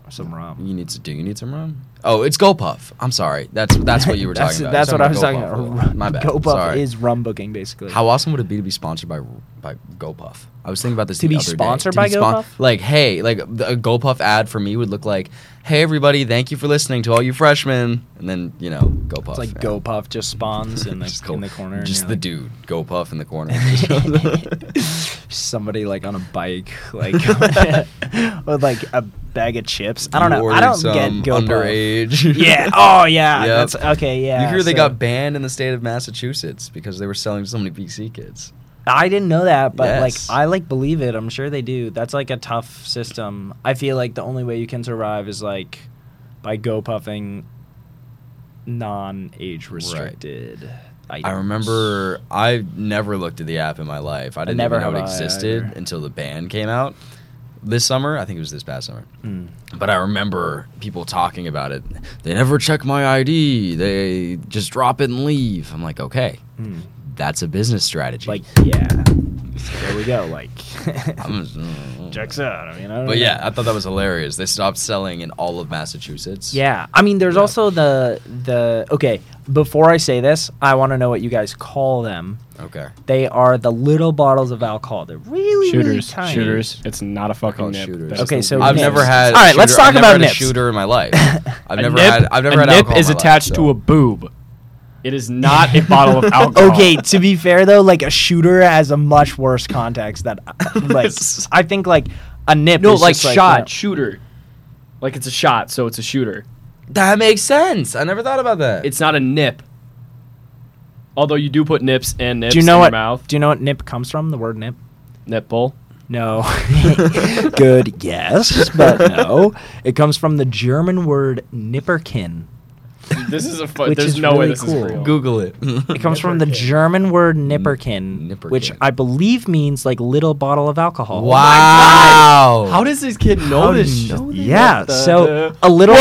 Speaker 1: some rum.
Speaker 3: You need to do. You need some rum. Oh, it's GoPuff. I'm sorry. That's that's what you were
Speaker 1: That's-
Speaker 3: talking about.
Speaker 1: That's
Speaker 3: You're
Speaker 1: what I was talking
Speaker 3: GoPuff.
Speaker 1: about. Rum-
Speaker 3: My bad.
Speaker 1: GoPuff
Speaker 3: Sorry.
Speaker 1: is rum booking basically.
Speaker 3: How awesome would it be to be sponsored by by GoPuff? I was thinking about this
Speaker 1: To be
Speaker 3: the other day.
Speaker 1: sponsored
Speaker 3: To
Speaker 1: by
Speaker 3: be spon-
Speaker 1: GoPuff?
Speaker 3: Like, hey, like the, a GoPuff ad for me would look like, "Hey everybody, thank you for listening to all you freshmen," and then you know, GoPuff.
Speaker 1: it's like
Speaker 3: yeah.
Speaker 1: GoPuff just spawns in the
Speaker 3: Just
Speaker 1: in
Speaker 3: go-
Speaker 1: the corner. and
Speaker 3: Just
Speaker 1: you're
Speaker 3: the
Speaker 1: like-
Speaker 3: dude, GoPuff in the corner.
Speaker 1: somebody like on a bike, like with like a bag of chips. I don't
Speaker 3: You
Speaker 1: know. I
Speaker 3: ordered
Speaker 1: don't get GoPro.
Speaker 3: some underage.
Speaker 1: Yeah. Oh yeah.
Speaker 3: Yep.
Speaker 1: That's okay. Yeah.
Speaker 3: you hear they
Speaker 1: so-
Speaker 3: got banned in the state of Massachusetts because they were selling so many BC kids.
Speaker 1: I didn't know that, but
Speaker 3: Yes.
Speaker 1: like I like believe it. I'm sure they do. That's like a tough system. I feel like the only way you can survive is like by go puffing non-age restricted.
Speaker 3: I remember I never looked at the app in my life. I didn't
Speaker 1: never
Speaker 3: even know it
Speaker 1: have I
Speaker 3: existed
Speaker 1: either.
Speaker 3: until the ban came out this summer. I think it was this past summer.
Speaker 1: Mm.
Speaker 3: But I remember people talking about it. They never check my ID. They just drop it and leave. I'm like, okay,
Speaker 1: Mm.
Speaker 3: that's a business strategy.
Speaker 1: Like yeah. There we go. Like
Speaker 3: I'm just-
Speaker 1: checks out. I mean, I don't know.
Speaker 3: but yeah, I thought that was hilarious. They stopped selling in all of Massachusetts.
Speaker 1: Yeah, I mean, there's
Speaker 3: Yeah.
Speaker 1: also the the okay. Before I say this, I want to know what you guys call them.
Speaker 3: Okay.
Speaker 1: They are the little bottles of alcohol. They're really really
Speaker 4: shooters,
Speaker 1: tiny.
Speaker 4: shooters. It's not a fucking
Speaker 3: Called
Speaker 4: nip.
Speaker 3: shooters.
Speaker 4: That's
Speaker 1: Okay,
Speaker 4: just a
Speaker 1: so
Speaker 4: weird
Speaker 3: I've
Speaker 1: nips.
Speaker 4: name.
Speaker 3: never had.
Speaker 1: All right, let's
Speaker 3: shooter-
Speaker 1: talk
Speaker 3: I've never
Speaker 1: about
Speaker 3: had a
Speaker 1: nips.
Speaker 3: shooter in my life. I've
Speaker 4: A
Speaker 3: never
Speaker 4: nip-
Speaker 3: had. I've never
Speaker 4: a
Speaker 3: had
Speaker 4: nip
Speaker 3: alcohol. in
Speaker 4: is
Speaker 3: my life,
Speaker 4: attached
Speaker 3: so-
Speaker 4: to a boob. It is not a bottle of alcohol.
Speaker 1: Okay, to be fair though, like a shooter has a much worse context that, like, I think like a nip.
Speaker 4: No,
Speaker 1: is
Speaker 4: like
Speaker 1: just,
Speaker 4: shot,
Speaker 1: you know-
Speaker 4: shooter. Like it's a shot, so it's a shooter.
Speaker 3: That makes sense. I never thought about that.
Speaker 4: It's not a nip. Although you do put nips and nips
Speaker 1: do you know
Speaker 4: in
Speaker 1: what?
Speaker 4: your mouth.
Speaker 1: Do you know what nip comes from? The word nip.
Speaker 4: Nipple.
Speaker 1: No. Good yes, but no. It comes from the German word nipperkin.
Speaker 4: This is a fun.
Speaker 1: Which
Speaker 4: There's
Speaker 1: is
Speaker 4: no way
Speaker 1: really
Speaker 4: this
Speaker 1: cool.
Speaker 4: is real.
Speaker 3: Google it.
Speaker 1: It comes from the German word nipperkin,
Speaker 3: nipperkin.
Speaker 1: which I believe means like little bottle of alcohol.
Speaker 3: wow.
Speaker 4: How does this kid know
Speaker 1: How do
Speaker 4: this?
Speaker 1: you
Speaker 4: shit?
Speaker 1: know that? Yeah,
Speaker 4: What the-
Speaker 1: so
Speaker 4: uh,
Speaker 1: a little.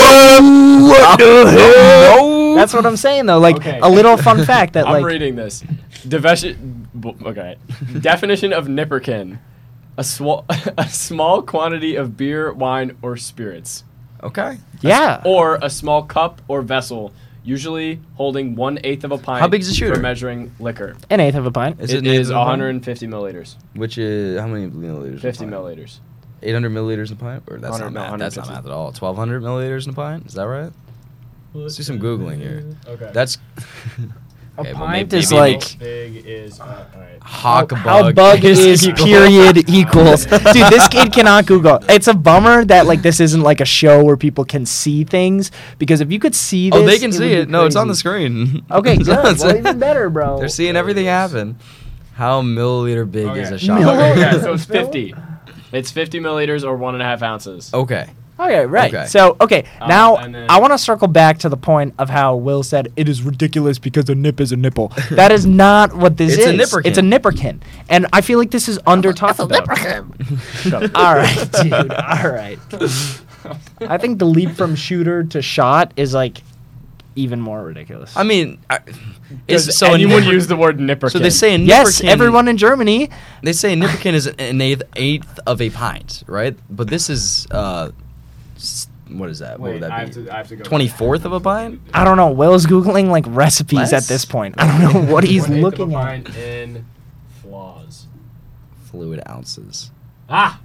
Speaker 3: What the hell?
Speaker 1: That's what I'm saying though. Like
Speaker 4: Okay.
Speaker 1: a little fun fact that
Speaker 4: I'm
Speaker 1: like
Speaker 4: reading this. Defesh- b- okay. Definition of nipperkin: a, sw- a small quantity of beer, wine, or spirits,
Speaker 3: Okay.
Speaker 1: yeah.
Speaker 4: or a small cup or vessel, usually holding one eighth of a pint.
Speaker 3: How big is the shooter?
Speaker 4: For measuring liquor,
Speaker 1: An eighth of a pint.
Speaker 4: it is 150 milliliters.
Speaker 3: Which is how many milliliters? in a
Speaker 4: 50
Speaker 3: pint?
Speaker 4: milliliters.
Speaker 3: 800 milliliters in a pint? Or that's not
Speaker 4: 100, no,
Speaker 3: math. That's not
Speaker 4: 150.
Speaker 3: math at all. 1200 milliliters in a pint? Is that right? Let's do some googling here.
Speaker 5: Okay.
Speaker 3: That's
Speaker 5: a
Speaker 3: okay, well,
Speaker 5: pint
Speaker 3: maybe-
Speaker 1: is
Speaker 3: maybe-
Speaker 1: like-
Speaker 5: How big is uh, all right.
Speaker 3: Hawk
Speaker 1: How
Speaker 3: bug
Speaker 1: bug is
Speaker 3: equal-
Speaker 1: period equals. Dude, this kid cannot Google. It's a bummer that like this isn't like a show where people can see things because if you could see this,
Speaker 3: Oh, they can see
Speaker 1: would
Speaker 3: it.
Speaker 1: be
Speaker 3: No, it's on the
Speaker 1: crazy.
Speaker 3: screen.
Speaker 1: Okay,
Speaker 3: It's
Speaker 1: good.
Speaker 3: on-
Speaker 1: Well, even better, bro.
Speaker 3: They're seeing everything happen. How milliliter big is
Speaker 5: Okay.
Speaker 3: a shot?
Speaker 1: Milliliter.
Speaker 4: Okay, so it's 50. It's 50 milliliters or one and a half ounces.
Speaker 3: Okay.
Speaker 1: Okay, right.
Speaker 3: Okay.
Speaker 1: So, okay,
Speaker 4: Um,
Speaker 1: now
Speaker 4: and then-
Speaker 1: I want to circle back to the point of how Will said it is ridiculous because a nip is a nipple. That is not what this
Speaker 3: It's a
Speaker 1: is.
Speaker 3: nipperkin.
Speaker 1: It's a nipperkin, and I feel like this is under talked about. all right, dude. All right. I think the leap from shooter to shot is like even more ridiculous.
Speaker 3: I mean, I,
Speaker 4: Does
Speaker 3: is, so a
Speaker 4: anyone
Speaker 3: nipper-
Speaker 4: use the word nipperkin?
Speaker 3: So they say a
Speaker 1: yes,
Speaker 3: nipperkin-
Speaker 1: everyone in Germany.
Speaker 3: They say a nipperkin is an eighth eighth of a pint, right? But this is uh, s- what is that? what
Speaker 5: Wait,
Speaker 3: would that
Speaker 5: I have
Speaker 3: be?
Speaker 5: to. I have to go.
Speaker 3: Twenty fourth of a pint.
Speaker 1: I don't know. Will's googling like recipes at
Speaker 3: Less?
Speaker 1: this point. I don't know what he's
Speaker 5: One eighth of a
Speaker 1: looking at.
Speaker 5: pint in flaws.
Speaker 3: Fluid ounces.
Speaker 4: ah,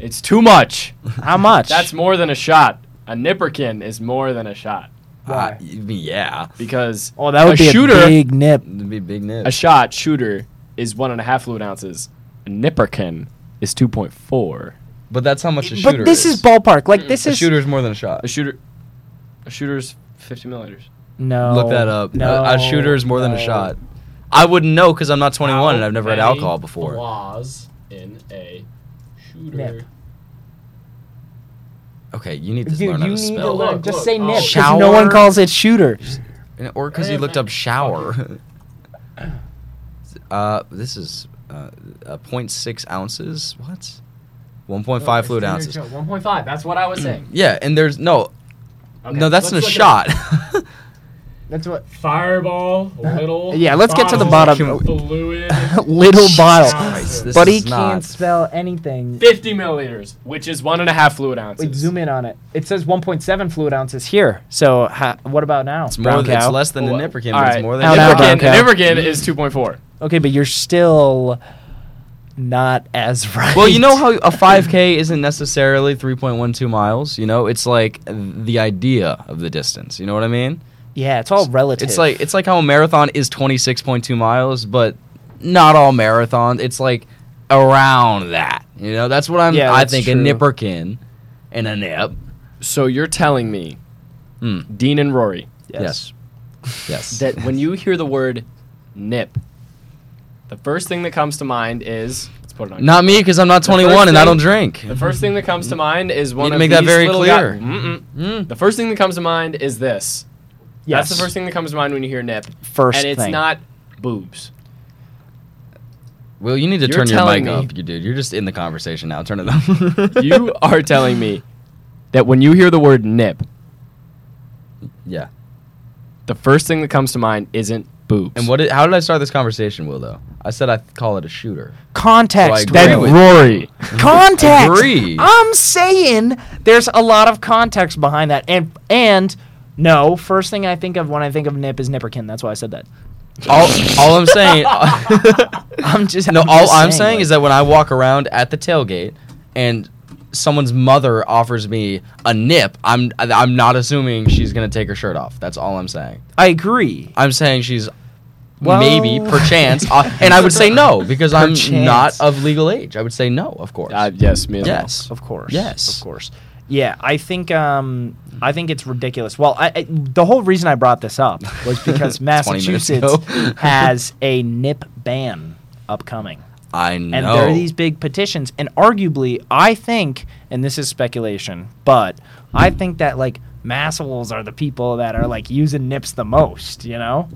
Speaker 4: it's too much.
Speaker 1: How much?
Speaker 4: That's more than a shot. A nipperkin is more than a shot
Speaker 1: Why?
Speaker 3: Uh, I mean, yeah.
Speaker 4: because
Speaker 1: oh, that would
Speaker 4: a
Speaker 1: be
Speaker 4: shooter,
Speaker 1: a big nip.
Speaker 3: It'd be a big nip.
Speaker 4: a shot shooter is one and a half fluid ounces. A nipperkin is two point four.
Speaker 3: but that's how much a shooter
Speaker 1: But this is.
Speaker 3: is
Speaker 1: ballpark. Like this
Speaker 3: a
Speaker 1: is
Speaker 3: shooter's more than a shot.
Speaker 4: A shooter, a shooter's fifty milliliters.
Speaker 1: no.
Speaker 3: Look that up.
Speaker 1: No,
Speaker 3: a, a shooter is more than
Speaker 1: no.
Speaker 3: a shot. I wouldn't know because I'm not 21 and I've never had
Speaker 5: How many
Speaker 3: alcohol before.
Speaker 5: Flaws in a shooter. Oh,
Speaker 1: Nip.
Speaker 3: Okay, you need to
Speaker 1: Dude,
Speaker 3: learn
Speaker 1: you
Speaker 3: how to
Speaker 1: need to
Speaker 3: spell.
Speaker 5: look.
Speaker 1: learn. Just say
Speaker 5: Oh,
Speaker 1: nip. 'cause No one
Speaker 3: shower.
Speaker 1: calls it shooter.
Speaker 3: And- Or because you
Speaker 5: Yeah,
Speaker 3: looked
Speaker 5: man.
Speaker 3: up shower. uh, this is uh, uh, 0.6 ounces. What? 1.5 fluid ounces.
Speaker 5: One point five. That's what I was saying.
Speaker 3: Yeah, and there's no,
Speaker 5: Okay,
Speaker 3: Mm. no, that's
Speaker 5: let's
Speaker 3: in a
Speaker 5: look it
Speaker 3: shot.
Speaker 5: up.
Speaker 1: That's what.
Speaker 5: Fireball, little.
Speaker 1: Yeah, let's get to the
Speaker 5: bottle,
Speaker 1: bottom.
Speaker 5: Fluid.
Speaker 1: Little bottle.
Speaker 5: Christ,
Speaker 3: this
Speaker 1: Buddy
Speaker 3: is
Speaker 1: can't
Speaker 3: not-
Speaker 1: spell anything.
Speaker 4: Fifty milliliters, which is one and a half fluid ounces.
Speaker 1: Wait, zoom in on it. It says 1.7 fluid ounces here. So ha- what about now?
Speaker 3: It's more.
Speaker 1: Brown
Speaker 3: Than, it's
Speaker 1: cow?
Speaker 3: less than a
Speaker 4: Well,
Speaker 3: nipperkin,
Speaker 4: all
Speaker 3: but
Speaker 4: right.
Speaker 3: it's more than
Speaker 1: Out,
Speaker 3: a
Speaker 1: out,
Speaker 3: nipperkin.
Speaker 1: brown
Speaker 4: Nipperkin,
Speaker 1: cow.
Speaker 4: nipperkin is two point four.
Speaker 1: Okay, but you're still not as right.
Speaker 3: Well, you know how a 5K isn't necessarily 3.12 miles. You know, it's like the idea of the distance. You know what I mean?
Speaker 1: Yeah, it's all relative.
Speaker 3: It's like it's like how a marathon is 26.2 miles, but not all marathons. It's like around that. You know, that's what I'm.
Speaker 1: Yeah,
Speaker 3: I
Speaker 1: that's
Speaker 3: think
Speaker 1: true.
Speaker 3: a nipperkin and a nip.
Speaker 4: So you're telling me,
Speaker 3: Hmm.
Speaker 4: Dean and Rory,
Speaker 3: Yes. Yes. yes.
Speaker 4: that when you hear the word nip, the first thing that comes to mind is let's put it on.
Speaker 3: not me because I'm not
Speaker 4: The first
Speaker 3: 21 and I
Speaker 4: thing-
Speaker 3: don't drink.
Speaker 4: The first thing that comes to mind is one
Speaker 3: Mm-hmm. to
Speaker 4: of
Speaker 3: make that
Speaker 4: these
Speaker 3: very
Speaker 4: little guy-
Speaker 3: clear.
Speaker 4: Mm-mm.
Speaker 3: Mm.
Speaker 4: The first thing that comes to mind is this.
Speaker 1: yes.
Speaker 4: That's the first thing that comes to mind when you hear nip,
Speaker 1: First
Speaker 4: and it's
Speaker 1: thing.
Speaker 4: not boobs.
Speaker 3: Well, you need to
Speaker 4: You're
Speaker 3: turn your
Speaker 4: telling
Speaker 3: mic
Speaker 4: me-
Speaker 3: up, you dude. You're just in the conversation now. Turn it up.
Speaker 4: You are telling me that when you hear the word nip,
Speaker 3: Yeah.
Speaker 4: the first thing that comes to mind isn't boobs.
Speaker 3: And what? Did, how did I start this conversation, Will? Though I said I th- call it a shooter.
Speaker 1: context.
Speaker 3: So I agree
Speaker 1: Will.
Speaker 3: with-
Speaker 4: Rory?
Speaker 1: context. Ah!
Speaker 3: Agree.
Speaker 1: I'm saying there's a lot of context behind that, and and no, first thing I think of when I think of nip is nipperkin. That's why I said that.
Speaker 3: All, all I'm saying,
Speaker 1: I'm just
Speaker 3: no,
Speaker 1: I'm
Speaker 3: all
Speaker 1: just
Speaker 3: I'm saying
Speaker 1: like-
Speaker 3: is that when I walk around at the tailgate and someone's mother offers me a nip, I'm I'm not assuming she's gonna take her shirt off. That's all I'm saying.
Speaker 1: I agree.
Speaker 3: I'm saying she's
Speaker 1: Well-
Speaker 3: maybe, perchance, uh, and I would say no because I'm
Speaker 1: Perchance.
Speaker 3: not of legal age. I would say no, of course.
Speaker 4: Uh, yes, me as well.
Speaker 3: yes,
Speaker 1: Of course.
Speaker 3: Yes.
Speaker 1: Of course. Yeah, I think um, I think it's ridiculous. Well, I, I, the whole reason I brought this up was because
Speaker 3: 20 minutes
Speaker 1: Massachusetts
Speaker 3: ago.
Speaker 1: has a nip ban upcoming.
Speaker 3: I know.
Speaker 1: And there are these big petitions. And arguably, I think, and this is speculation, but I think that like massholes are the people that are like using nips the most. You know,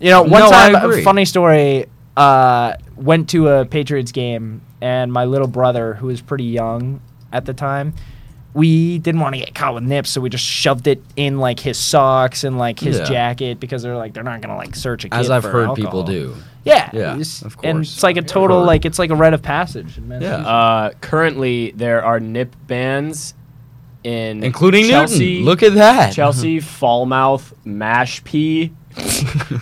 Speaker 1: you know. One
Speaker 3: No, I
Speaker 1: time, a
Speaker 3: agree.
Speaker 1: funny story. Uh, went to a Patriots game, and my little brother, who was pretty young at the time. We didn't want to get caught with nips, so we just shoved it in like his socks and like his
Speaker 3: Yeah.
Speaker 1: jacket because they're like they're not gonna like search a kid
Speaker 3: as I've
Speaker 1: for
Speaker 3: heard
Speaker 1: alcohol.
Speaker 3: people do.
Speaker 1: Yeah.
Speaker 3: Yeah,
Speaker 1: it's-
Speaker 3: of
Speaker 1: And
Speaker 3: course.
Speaker 1: it's like a total,
Speaker 3: Heard.
Speaker 1: like, it's like a rite of passage. in Massachusetts.
Speaker 3: Yeah.
Speaker 4: Uh, currently, there are nip bans in
Speaker 3: Including
Speaker 4: Chelsea,
Speaker 3: Newton. Look at that.
Speaker 4: Chelsea, Falmouth, Mashpee,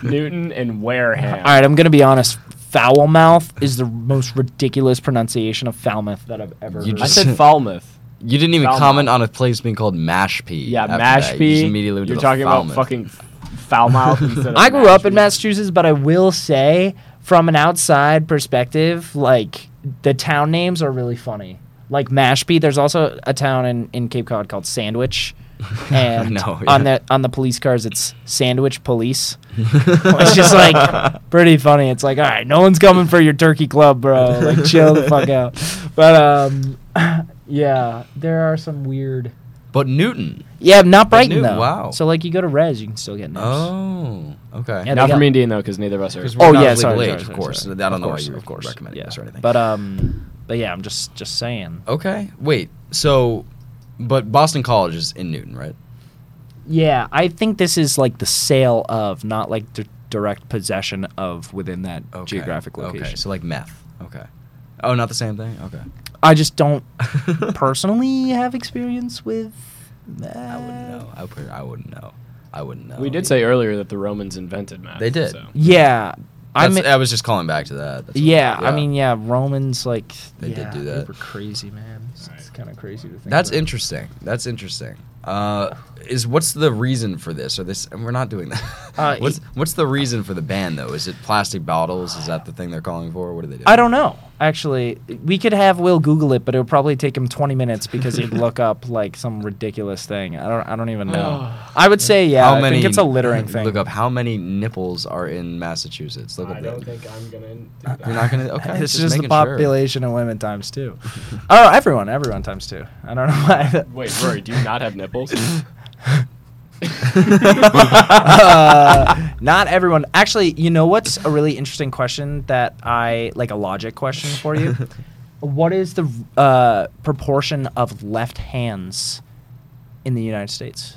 Speaker 4: Newton, and Wareham.
Speaker 1: All right, I'm going to be honest. Foul mouth is the most ridiculous pronunciation of Falmouth that I've ever
Speaker 3: You
Speaker 1: heard.
Speaker 4: I
Speaker 3: just-
Speaker 4: said Falmouth.
Speaker 3: You didn't even
Speaker 4: Falmouth.
Speaker 3: comment on a place being called Mashpee.
Speaker 4: Yeah,
Speaker 3: after that. You just
Speaker 4: Mashpee.
Speaker 3: immediately went to
Speaker 4: You're
Speaker 3: the
Speaker 4: talking
Speaker 3: Falmouth.
Speaker 4: about fucking Falmouth instead of
Speaker 1: I grew up in
Speaker 4: Mashpee.
Speaker 1: Massachusetts, but I will say, from an outside perspective, like, the town names are really funny. Like Mashpee, there's also a town in, in Cape Cod called Sandwich. And
Speaker 3: know,
Speaker 1: on
Speaker 3: yeah.
Speaker 1: the on the police cars, it's Sandwich Police. it's just like pretty funny. It's like, all right, no one's coming for your turkey club, bro. Like, chill the fuck out. But um, yeah, there are some weird.
Speaker 3: But Newton.
Speaker 1: Yeah, not Brighton
Speaker 3: new-
Speaker 1: though.
Speaker 3: wow.
Speaker 1: So like, you go to Res, you can still get nips.
Speaker 3: Oh, okay.
Speaker 1: Yeah,
Speaker 4: Not
Speaker 1: they
Speaker 4: for
Speaker 1: got-
Speaker 4: me and Dean though, because neither of us are.
Speaker 3: Because
Speaker 1: Oh,
Speaker 3: we're not
Speaker 1: yeah,
Speaker 3: of
Speaker 1: sorry,
Speaker 3: legal
Speaker 1: sorry,
Speaker 3: age,
Speaker 1: sorry,
Speaker 3: of course.
Speaker 1: sorry.
Speaker 3: I don't
Speaker 1: Of
Speaker 3: know why
Speaker 1: course,
Speaker 3: you
Speaker 1: of course,
Speaker 3: recommending
Speaker 1: yeah.
Speaker 3: this or anything.
Speaker 1: But um, but yeah, I'm just just saying.
Speaker 3: okay, wait. So, but Boston College is in Newton, right?
Speaker 1: Yeah, I think this is like the sale of, not like d- direct possession of within that geographic location.
Speaker 3: Okay, so like meth. Okay. Oh, not the same thing. Okay.
Speaker 1: I just don't personally have experience with. That.
Speaker 3: I wouldn't know. I, would, I wouldn't know. I wouldn't know.
Speaker 4: Oh, We did say earlier that the Romans invented math.
Speaker 3: They did.
Speaker 4: so.
Speaker 1: Yeah, I
Speaker 3: That's-
Speaker 1: mean,
Speaker 3: I was just calling back to that. That's all.
Speaker 1: yeah, I mean, yeah, Romans like
Speaker 3: They did
Speaker 1: yeah,
Speaker 3: do
Speaker 1: they
Speaker 3: that.
Speaker 1: were crazy, man. It's, it's kind of crazy to think.
Speaker 3: That's
Speaker 1: about.
Speaker 3: interesting. That's interesting. Uh, is what's the reason for this or this? And we're not doing that.
Speaker 1: Uh,
Speaker 3: what's
Speaker 1: it-
Speaker 3: what's the reason for the ban though? Is it plastic bottles? Is that the thing they're calling for? What are they doing?
Speaker 1: I don't know. Actually, we could have Will Google it, but it would probably take him 20 minutes because he'd look up like some ridiculous thing. I don't. I don't even know. I would say yeah. I think it's a littering thing.
Speaker 3: Oh. Look up how many nipples are in Massachusetts. Look
Speaker 5: I
Speaker 3: up Uh,
Speaker 5: don't
Speaker 3: that.
Speaker 5: think I'm gonna do that.
Speaker 3: You're not gonna. Okay,
Speaker 1: It's
Speaker 3: just,
Speaker 1: just the
Speaker 3: making sure.
Speaker 1: population of women times two. oh, everyone, everyone times two. I don't know why. That,
Speaker 4: Wait, Rory, do you not have nipples?
Speaker 1: Uh, not everyone. Actually, you know what's a really interesting question that I like a logic question for you. what is the uh, proportion of left hands in the United States?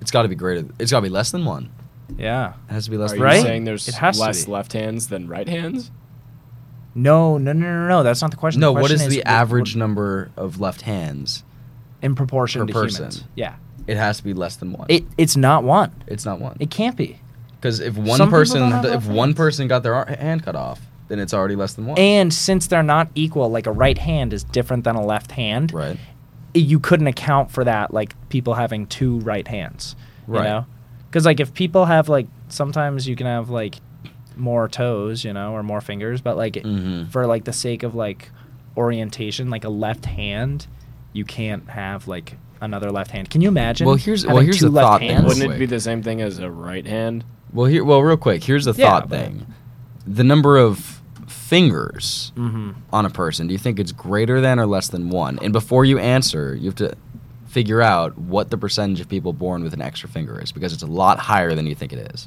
Speaker 3: It's got to be greater. It's got to be less than one.
Speaker 1: Yeah.
Speaker 3: It has to be less
Speaker 4: Are
Speaker 3: than
Speaker 4: you
Speaker 1: Right?
Speaker 4: saying there's
Speaker 1: It has to
Speaker 4: less
Speaker 1: be.
Speaker 4: left hands than right hands?
Speaker 1: No, no, no, no, no. That's not the question.
Speaker 3: No,
Speaker 1: the
Speaker 3: what
Speaker 1: question
Speaker 3: is the
Speaker 1: what-
Speaker 3: average
Speaker 1: what-
Speaker 3: number of left hands?
Speaker 1: in proportion
Speaker 3: per
Speaker 1: to
Speaker 3: person?
Speaker 1: humans? Yeah.
Speaker 3: It has to be less than one.
Speaker 1: It it's not one.
Speaker 3: it's not one.
Speaker 1: It can't be.
Speaker 3: Because if one
Speaker 1: Some people
Speaker 3: person,
Speaker 1: don't have
Speaker 3: if
Speaker 1: left
Speaker 3: one
Speaker 1: hands.
Speaker 3: person got their ar- hand cut off, then it's already less than one.
Speaker 1: And since they're not equal, like a right hand is different than a left hand.
Speaker 3: right.
Speaker 1: you couldn't account for that like people having two right hands you
Speaker 3: Right.
Speaker 1: know because like if people have like sometimes you can have like more toes you know or more fingers but like
Speaker 3: Mhm.
Speaker 1: for like the sake of like orientation like a left hand you can't have like another left hand can you imagine
Speaker 3: Well, here's- well,
Speaker 1: having
Speaker 3: here's
Speaker 1: two
Speaker 3: the
Speaker 1: left
Speaker 3: thought that
Speaker 1: hands?
Speaker 4: Wouldn't it
Speaker 3: Wait.
Speaker 4: be the same thing as a right hand?
Speaker 3: Well, here, well, real quick. Here's a
Speaker 1: Yeah,
Speaker 3: thought
Speaker 1: but-
Speaker 3: thing: the number of fingers
Speaker 1: Mhm.
Speaker 3: on a person. Do you think it's greater than or less than one? And before you answer, you have to figure out what the percentage of people born with an extra finger is, because it's a lot higher than you think it is.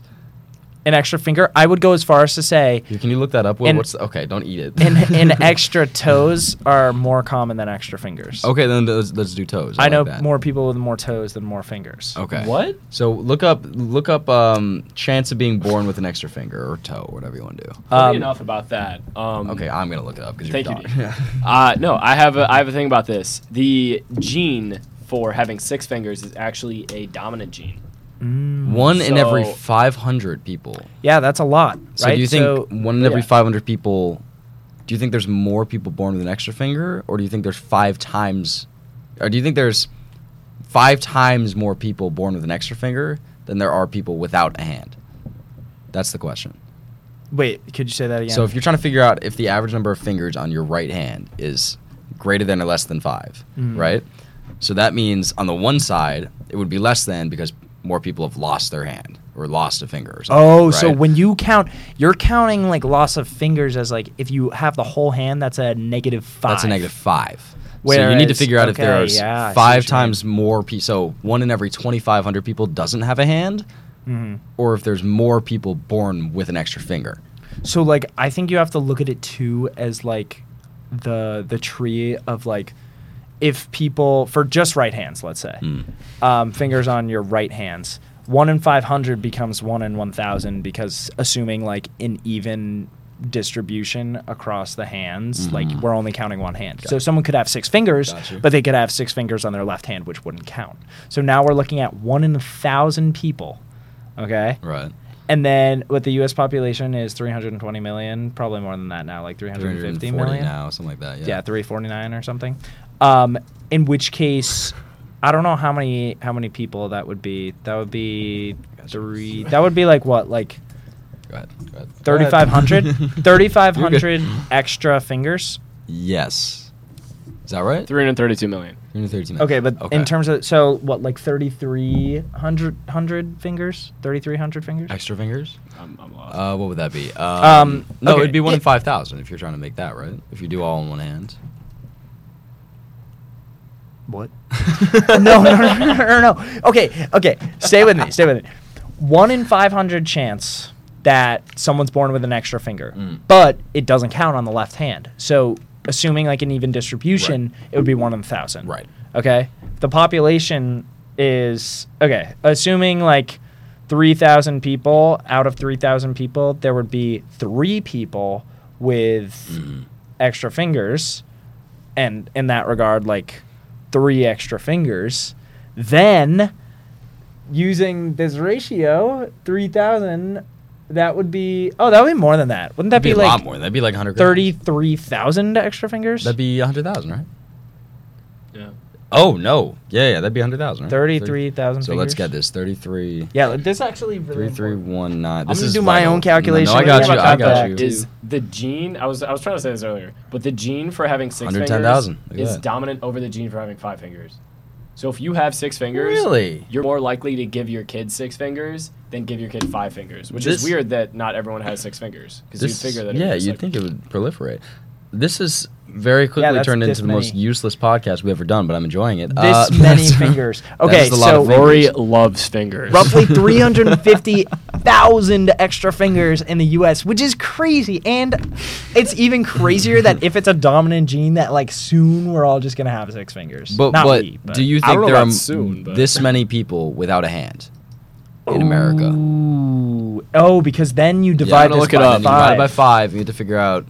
Speaker 1: an extra finger i would go as far as to say
Speaker 3: Here, Can you look that up? Will?
Speaker 1: And-
Speaker 3: What's the, okay? Don't eat it.
Speaker 1: and, and extra toes are more common than extra fingers
Speaker 3: okay, then let's, let's do toes.
Speaker 1: i,
Speaker 3: like
Speaker 1: know
Speaker 3: that.
Speaker 1: more people with more toes than more fingers
Speaker 3: Okay.
Speaker 4: What?
Speaker 3: So look up look up um, chance of being born with an extra finger or toe, whatever you want to do.
Speaker 4: Funny
Speaker 1: Um,
Speaker 4: enough about that. Um,
Speaker 3: Okay, I'm gonna look it up because
Speaker 4: Thank
Speaker 3: you're
Speaker 4: you,
Speaker 3: a
Speaker 4: dude.
Speaker 3: dog.
Speaker 4: Uh, no, I have a, I have a thing about this. The gene for having six fingers is actually a dominant gene.
Speaker 1: Mm.
Speaker 3: One in every
Speaker 4: So-
Speaker 3: 500 people.
Speaker 1: Yeah, that's a lot,
Speaker 3: So
Speaker 1: right?
Speaker 3: do you think one in every
Speaker 4: yeah.
Speaker 3: 500 people? Do you think there's more people born with an extra finger, or do you think there's five times, or do you think there's five times more people born with an extra finger than there are people without a hand? That's the question.
Speaker 1: wait, could you say that again?
Speaker 3: So if you're trying to figure out if the average number of fingers on your right hand is greater than or less than five,
Speaker 1: Mm.
Speaker 3: right? So that means on the one side it would be less than because more people have lost their hand or lost a finger. Or something,
Speaker 1: oh, so
Speaker 3: right?
Speaker 1: when you count, you're counting like loss of fingers as like if you have the whole hand, that's a negative five.
Speaker 3: that's a negative five. so you need to
Speaker 1: Whereas-
Speaker 3: figure out if
Speaker 1: okay,
Speaker 3: there's
Speaker 1: yeah, I see what you
Speaker 3: five
Speaker 1: mean.
Speaker 3: times more people. So one in every 2,500 people doesn't have a hand,
Speaker 1: Mhm.
Speaker 3: or if there's more people born with an extra finger.
Speaker 1: So like, I think you have to look at it too as like the the tree of like if people for just right hands, let's say, um, fingers on your right hands. One in five hundred becomes one in one thousand because assuming like an even distribution across the hands, like we're only counting one hand. so someone could have six fingers,
Speaker 3: Got you.
Speaker 1: but they could have six fingers on their left hand, which wouldn't count. So now we're looking at one in a thousand people. Okay.
Speaker 3: Right.
Speaker 1: And then with the U.S. population is 320 million, probably more than that now, like 350
Speaker 3: 340
Speaker 1: million.
Speaker 3: now, something like that. Yeah.
Speaker 1: Yeah. 349 or something. Um, in which case, I don't know how many how many people that would be. That would be three. That would be like what, like
Speaker 3: Go ahead. Go ahead.
Speaker 1: 3,500,
Speaker 3: You're
Speaker 1: 3,500
Speaker 3: good.
Speaker 1: extra fingers.
Speaker 3: Yes. Is that right?
Speaker 4: 332 million.
Speaker 3: 330 minutes.
Speaker 1: Okay, but in terms of so what, like 3,300 100 fingers, 3,300 fingers.
Speaker 3: extra fingers,
Speaker 4: I'm, I'm lost.
Speaker 3: uh, what would that be? Um,
Speaker 1: Um,
Speaker 3: no,
Speaker 1: okay.
Speaker 3: it'd be one in
Speaker 1: It-
Speaker 3: five thousand if you're trying to make that right. If you do all in one hand.
Speaker 1: What? no, no, no, no, no, no. Okay, okay. Stay with me. Stay with me. One in 500 chance that someone's born with an extra finger,
Speaker 3: Mm.
Speaker 1: but it doesn't count on the left hand. So, assuming like an even distribution, it would be one in a thousand.
Speaker 3: Right.
Speaker 1: Okay. The population is, okay, assuming like 3,000 people, out of 3,000 people, there would be three people with extra fingers and in that regard like three extra fingers then using this ratio 3000 that would be oh that would be more than that wouldn't that
Speaker 3: That'd be,
Speaker 1: be,
Speaker 3: a
Speaker 1: like
Speaker 3: lot more. That'd be like hundred.
Speaker 1: 33000 extra fingers
Speaker 3: That'd be hundred thousand, right?
Speaker 4: yeah.
Speaker 3: Oh no, yeah, yeah, that'd be hundred thousand. Right?
Speaker 1: Thirty-three thousand.
Speaker 3: So let's get this thirty-three,
Speaker 1: Yeah, this actually really
Speaker 3: three, three,
Speaker 1: important.
Speaker 3: one, nine.
Speaker 1: I'm
Speaker 3: This
Speaker 1: gonna
Speaker 3: is
Speaker 1: do my
Speaker 3: vital.
Speaker 1: own calculation.
Speaker 3: No, no, I
Speaker 1: We're
Speaker 3: got you.
Speaker 1: gonna
Speaker 3: I
Speaker 1: talk
Speaker 3: got
Speaker 1: back.
Speaker 3: you.
Speaker 4: Is the gene? I was I was trying to say this earlier, but the gene for having six fingers
Speaker 3: 110,000. Look at
Speaker 4: is
Speaker 3: that.
Speaker 4: dominant over the gene for having five fingers. So if you have six fingers,
Speaker 3: really?
Speaker 4: you're more likely to give your kid six fingers than give your kid five fingers, which is
Speaker 3: This-
Speaker 4: weird that not everyone has six fingers because you'd
Speaker 3: This,
Speaker 4: figure that. it
Speaker 3: yeah,
Speaker 4: was,
Speaker 3: you'd
Speaker 4: like-
Speaker 3: think it would proliferate. This is very quickly
Speaker 1: that's
Speaker 3: turned
Speaker 1: this
Speaker 3: into the most
Speaker 1: many.
Speaker 3: useless podcast we've ever done, but I'm enjoying it. Uh,
Speaker 1: This many
Speaker 3: that's-
Speaker 1: fingers.
Speaker 3: that
Speaker 1: Okay,
Speaker 3: is a lot of
Speaker 1: so-
Speaker 3: fingers.
Speaker 4: Rory loves fingers.
Speaker 1: roughly 350,000 extra fingers in the US, which is crazy. And it's even crazier that if it's a dominant gene, that like soon we're all just going to have six fingers.
Speaker 3: But,
Speaker 1: Not
Speaker 3: but,
Speaker 1: we,
Speaker 3: do you
Speaker 4: I don't
Speaker 3: think
Speaker 4: know
Speaker 3: there
Speaker 4: about
Speaker 3: are
Speaker 4: soon, but-
Speaker 3: this many people without a hand in America?
Speaker 1: Ooh. Oh, because then you divide
Speaker 3: yeah,
Speaker 1: this
Speaker 3: look
Speaker 1: by,
Speaker 3: it up. You
Speaker 1: Five. Ah.
Speaker 3: divide it by five. You need to figure out.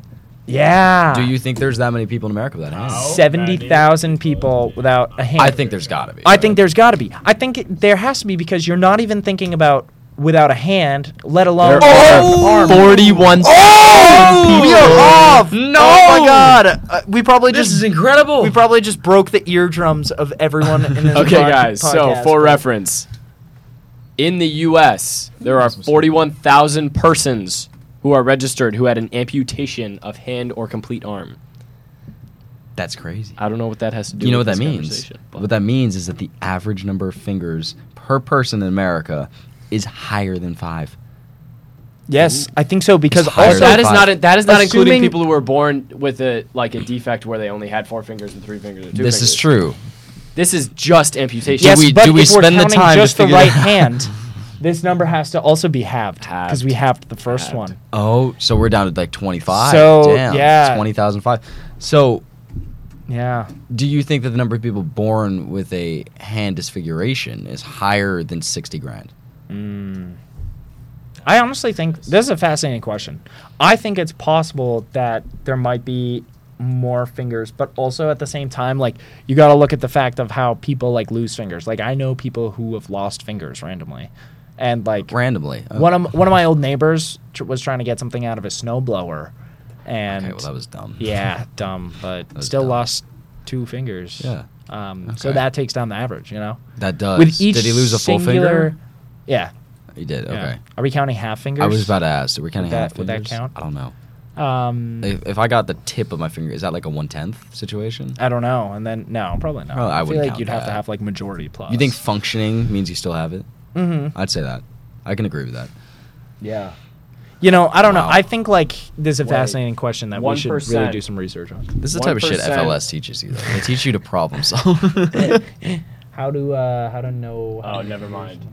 Speaker 1: Yeah.
Speaker 3: Do you think there's that many people in America without hands?
Speaker 5: Oh.
Speaker 1: 70,000 people without a hand.
Speaker 3: I think there's got to be.
Speaker 1: I think there's got to be. I think it, there has to be because you're not even thinking about without a hand, let alone
Speaker 3: Oh!
Speaker 1: arm.
Speaker 2: Forty-one.
Speaker 1: Oh, we are off.
Speaker 3: No!
Speaker 1: Oh my god. Uh, we probably
Speaker 3: This
Speaker 1: just
Speaker 3: is incredible.
Speaker 1: we probably just broke the eardrums of everyone in this
Speaker 4: Okay,
Speaker 1: pod-
Speaker 4: guys. So
Speaker 1: podcast,
Speaker 4: for
Speaker 1: but-
Speaker 4: reference, in the U.S., there are forty-one thousand persons who are registered who had an amputation of hand or complete arm.
Speaker 3: That's crazy.
Speaker 4: I don't know what that has to do.
Speaker 3: you know what
Speaker 4: with
Speaker 3: that
Speaker 4: this
Speaker 3: means?
Speaker 4: conversation, but-
Speaker 3: What that means is that the average number of fingers per person in America is higher than five.
Speaker 1: Yes, I think so because
Speaker 3: It's higher
Speaker 1: also
Speaker 4: that
Speaker 3: than
Speaker 4: is
Speaker 3: five.
Speaker 4: not that is not including
Speaker 1: Assuming-
Speaker 4: people who were born with a like a defect where they only had four fingers and three fingers or two.
Speaker 3: this
Speaker 4: fingers.
Speaker 3: is true.
Speaker 4: This is just amputation.
Speaker 1: yes,
Speaker 3: we-
Speaker 1: but
Speaker 3: do we
Speaker 1: if
Speaker 3: spend the
Speaker 1: we're counting
Speaker 3: time to
Speaker 1: just the
Speaker 3: figure
Speaker 1: right
Speaker 3: that out?
Speaker 1: hand, this number has to also be halved because we halved the first
Speaker 4: Halved.
Speaker 1: one.
Speaker 3: Oh, so we're down to like 25.
Speaker 1: So,
Speaker 3: Damn,
Speaker 1: yeah.
Speaker 3: 20,005. So,
Speaker 1: Yeah.
Speaker 3: do you think that the number of people born with a hand disfiguration is higher than 60 grand?
Speaker 1: Mm. I honestly think this is a fascinating question. I think it's possible that there might be more fingers, but also at the same time, like you got to look at the fact of how people like lose fingers. Like I know people who have lost fingers randomly, and like
Speaker 3: Randomly. Oh,
Speaker 1: one of m- one of my old neighbors tr- was trying to get something out of a snowblower, and
Speaker 3: Okay, well, that was dumb.
Speaker 1: yeah, dumb, but
Speaker 3: was
Speaker 1: still
Speaker 3: dumb.
Speaker 1: lost two fingers.
Speaker 3: Yeah.
Speaker 1: Um, So
Speaker 3: Okay.
Speaker 1: that takes down the average, you know.
Speaker 3: That does.
Speaker 1: With each
Speaker 3: did he lose a full
Speaker 1: singular-
Speaker 3: finger?
Speaker 1: Yeah.
Speaker 3: He did. Okay.
Speaker 1: yeah. Are we counting half fingers?
Speaker 3: I was about to ask. Do we kind of
Speaker 1: Would that-
Speaker 3: half
Speaker 1: would that
Speaker 3: fingers?
Speaker 1: count?
Speaker 3: I don't know.
Speaker 1: Um,
Speaker 3: If, if I got the tip of my finger, is that like a one tenth situation?
Speaker 1: I don't know. And then no, probably not.
Speaker 3: Probably- I
Speaker 1: feel
Speaker 3: wouldn't
Speaker 1: like
Speaker 3: count
Speaker 1: you'd have to
Speaker 3: that.
Speaker 1: have like majority plus.
Speaker 3: You think functioning means you still have it?
Speaker 1: Mm-hmm.
Speaker 3: I'd say that. I can agree with that.
Speaker 1: Yeah. You know, I don't know.
Speaker 3: Wow.
Speaker 1: I think like this is a
Speaker 4: Wait.
Speaker 1: fascinating question that we should really
Speaker 4: 1%.
Speaker 1: do some research on.
Speaker 3: This is the type of shit
Speaker 4: 1%.
Speaker 3: FLS teaches you. Though. They teach you to problem solve.
Speaker 1: How to uh how to know?
Speaker 4: Oh, never mind.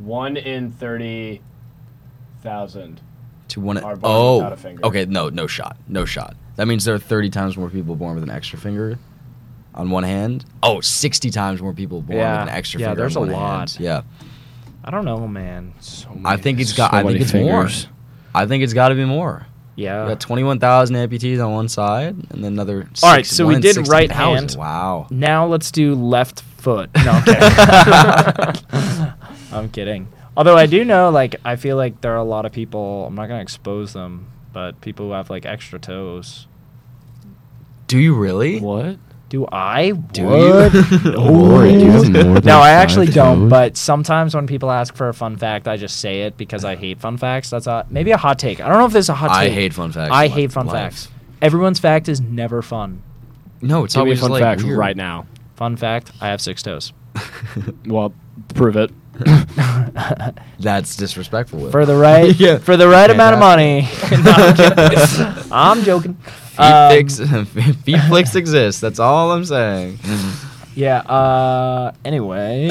Speaker 4: One in thirty thousand.
Speaker 3: to one.
Speaker 4: Are born without
Speaker 3: Oh,
Speaker 4: a finger.
Speaker 3: okay. No, no shot. No shot. That means there are 30 times more people born with an extra finger on one hand. Oh, 60 times more people born
Speaker 1: Yeah.
Speaker 3: with an extra
Speaker 1: Yeah,
Speaker 3: finger.
Speaker 1: there's a
Speaker 3: on one
Speaker 1: lot. Oh
Speaker 3: hand. Yeah,
Speaker 1: I don't know, man.
Speaker 3: I think it's got.
Speaker 4: So
Speaker 3: I think
Speaker 4: many
Speaker 3: it's
Speaker 4: fingers.
Speaker 3: more. I think it's got to be more.
Speaker 1: Yeah.
Speaker 3: We got 21,000 amputees on one side, and then another.
Speaker 1: All right,
Speaker 3: six-
Speaker 1: so we
Speaker 3: one in
Speaker 1: did right
Speaker 3: 60,000.
Speaker 1: hand.
Speaker 3: Wow.
Speaker 1: Now let's do left foot. No, I'm kidding. I'm kidding. Although I do know, like, I feel like there are a lot of people. I'm not gonna expose them, but people who have like extra toes.
Speaker 3: Do you really?
Speaker 4: What?
Speaker 1: Do I?
Speaker 3: Do
Speaker 1: What?
Speaker 3: you?
Speaker 1: no, I actually don't. But sometimes when people ask for a fun fact, I just say it because I hate fun facts. That's a, maybe a hot take. I don't know if this is a hot
Speaker 3: I
Speaker 1: take.
Speaker 3: hate fun facts.
Speaker 1: I
Speaker 3: in
Speaker 1: hate fun
Speaker 3: life.
Speaker 1: facts. Everyone's fact is never fun.
Speaker 3: No, it's
Speaker 4: Tell me a
Speaker 3: always
Speaker 4: fun
Speaker 3: like
Speaker 4: fact
Speaker 3: weird.
Speaker 4: right now.
Speaker 1: Fun fact: I have six toes.
Speaker 4: Well, prove it.
Speaker 3: That's disrespectful. Will.
Speaker 1: For the right,
Speaker 3: Yeah.
Speaker 1: for the right amount of money.
Speaker 3: Fantastic.
Speaker 1: No, I'm kidding. I'm joking.
Speaker 3: Feet,
Speaker 1: Um,
Speaker 3: flicks, feet flicks exist. That's all I'm saying.
Speaker 1: Yeah. Uh. Anyway.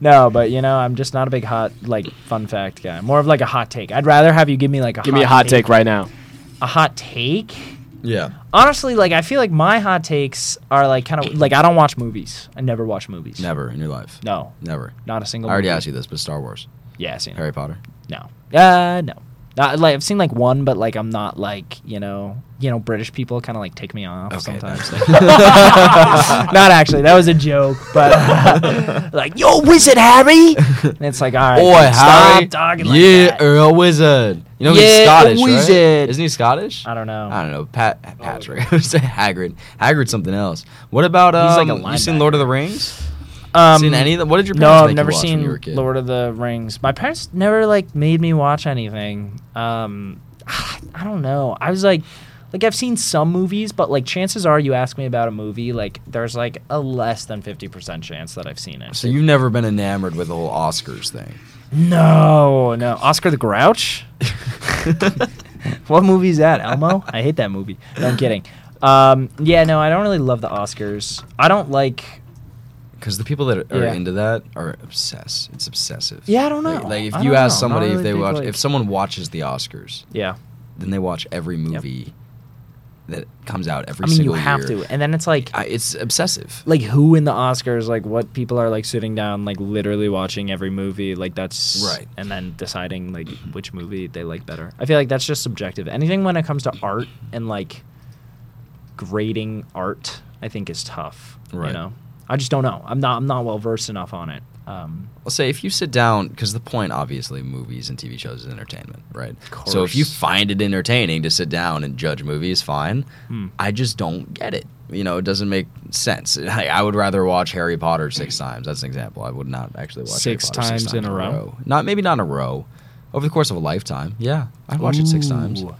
Speaker 1: no, but you know, I'm just not a big hot like fun fact guy. More of like a hot take. I'd rather have you give me like a
Speaker 4: Give
Speaker 1: hot
Speaker 4: me a hot take right now.
Speaker 1: A hot take.
Speaker 3: yeah.
Speaker 1: Honestly, like I feel like my hot takes are like kind of like I don't watch movies. I never watch movies.
Speaker 3: Never in your life.
Speaker 1: No,
Speaker 3: Never.
Speaker 1: not a single.
Speaker 3: I already
Speaker 1: movie.
Speaker 3: asked you this, but Star Wars,
Speaker 1: Yeah, I've seen it.
Speaker 3: Harry Potter.
Speaker 1: No. Uh, no. Not, like I've seen like one, but like I'm not like you know you know British people kind of like take me off
Speaker 3: Okay,
Speaker 1: sometimes. not actually, that was a joke, but like yo wizard Harry, and it's like all right,
Speaker 3: Oi,
Speaker 1: stop
Speaker 3: Harry.
Speaker 1: talking like
Speaker 3: yeah,
Speaker 1: that.
Speaker 3: Earl Wizard. You know
Speaker 1: Yeah,
Speaker 3: he's Scottish,
Speaker 1: what is
Speaker 3: right?
Speaker 1: it?
Speaker 3: Isn't he Scottish?
Speaker 1: I don't know.
Speaker 3: I don't know. Pat Patrick. I would say Hagrid. Hagrid's something else. What about
Speaker 1: He's
Speaker 3: um?
Speaker 1: like a
Speaker 3: you
Speaker 1: linebacker.
Speaker 3: seen Lord of the Rings?
Speaker 1: Um,
Speaker 3: seen any of them? What did your
Speaker 1: No,
Speaker 3: parents make
Speaker 1: I've
Speaker 3: you
Speaker 1: never
Speaker 3: watch when you were
Speaker 1: seen
Speaker 3: a kid?
Speaker 1: Lord of the Rings. My parents never like made me watch anything. Um, I don't know. I was like, like I've seen some movies, but like chances are you ask me about a movie, like there's like a less than fifty percent chance that I've seen it.
Speaker 3: So you've never been enamored with the whole Oscars thing.
Speaker 1: No, no. Oscar the Grouch. what movie is that? Elmo. I hate that movie. No, I'm kidding. Um, yeah, no, I don't really love the Oscars. I don't like
Speaker 3: Because the people that are
Speaker 1: Yeah.
Speaker 3: into that are obsessed. It's obsessive.
Speaker 1: Yeah, I don't
Speaker 3: Like-
Speaker 1: know.
Speaker 3: Like, if
Speaker 1: I
Speaker 3: you
Speaker 1: don't
Speaker 3: ask
Speaker 1: know. Not
Speaker 3: somebody
Speaker 1: really
Speaker 3: if they
Speaker 1: big,
Speaker 3: watch,
Speaker 1: like-
Speaker 3: if someone watches the Oscars,
Speaker 1: yeah.
Speaker 3: then they watch every movie that comes out every
Speaker 1: I mean, you
Speaker 3: single year.
Speaker 1: have to, and then it's like
Speaker 3: I, it's obsessive.
Speaker 1: like who in the Oscars, like what people are like sitting down, like literally watching every movie, like that's
Speaker 3: Right.
Speaker 1: and then deciding like which movie they like better. I feel like that's just subjective. Anything when it comes to art and like grading art, I think is tough. You
Speaker 3: Right.
Speaker 1: know, I just don't know. I'm not. I'm not well versed enough on it. Um,
Speaker 3: I'll say if you sit down, because the point, obviously, of movies and TV shows is entertainment, right?
Speaker 1: Of
Speaker 3: So if you
Speaker 1: course.
Speaker 3: find it entertaining to sit down and judge movies, fine.
Speaker 1: Hmm.
Speaker 3: I just don't get it. You know, it doesn't make sense. I, I would rather watch Harry Potter six times. That's an example. I would not actually watch Harry
Speaker 1: Mm. Six
Speaker 3: Potter
Speaker 1: times in a row?
Speaker 3: Not maybe not in a row, over the course of a lifetime. Yeah, I'd watch it six times.
Speaker 1: Ooh.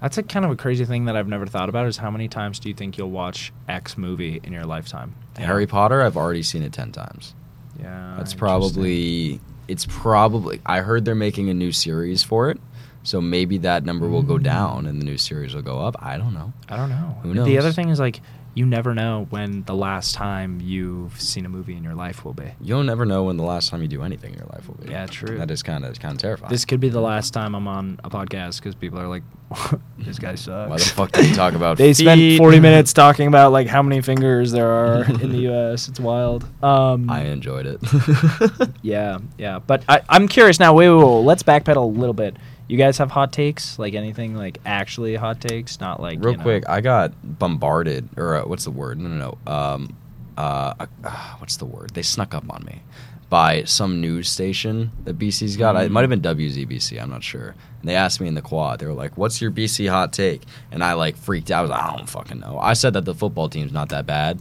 Speaker 1: That's a kind of a crazy thing that I've never thought about. Is how many times do you think you'll watch X movie in your lifetime?
Speaker 3: Harry Potter, I've already seen it ten times.
Speaker 1: Yeah,
Speaker 3: That's
Speaker 1: Ah, interesting.
Speaker 3: probably. It's probably. I heard they're making a new series for it, so maybe that number will
Speaker 1: Hmm.
Speaker 3: go down and the new series will go up. I don't know.
Speaker 1: I don't know.
Speaker 3: Who
Speaker 1: The
Speaker 3: knows?
Speaker 1: other thing is like you never know when the last time you've seen a movie in your life will be.
Speaker 3: You'll never know when the last time you do anything in your life will be.
Speaker 1: Yeah, true.
Speaker 3: That is kind of kind of terrifying.
Speaker 1: This could be the last time I'm on a podcast because people are like, "This guy sucks."
Speaker 3: Why the fuck did we talk about?
Speaker 1: They spent
Speaker 3: feet?
Speaker 1: 40 minutes talking about like how many fingers there are in the U.S. It's wild. Um,
Speaker 3: I enjoyed it.
Speaker 1: yeah, yeah. But I, I'm curious now. Wait, wait, wait. Let's backpedal a little bit. You guys have hot takes, like anything, like actually hot takes, not like
Speaker 3: Real
Speaker 1: you know-
Speaker 3: quick, I got bombarded, or uh, what's the word? No, no, no. Um, uh, uh, ah, what's the word? They snuck up on me by some news station that BC's got. It might have been WZBC. I'm not sure. And they asked me in the quad. They were like, "What's your BC hot take?" And I like freaked out. I was like, "I don't fucking know." I said that the football team's not that bad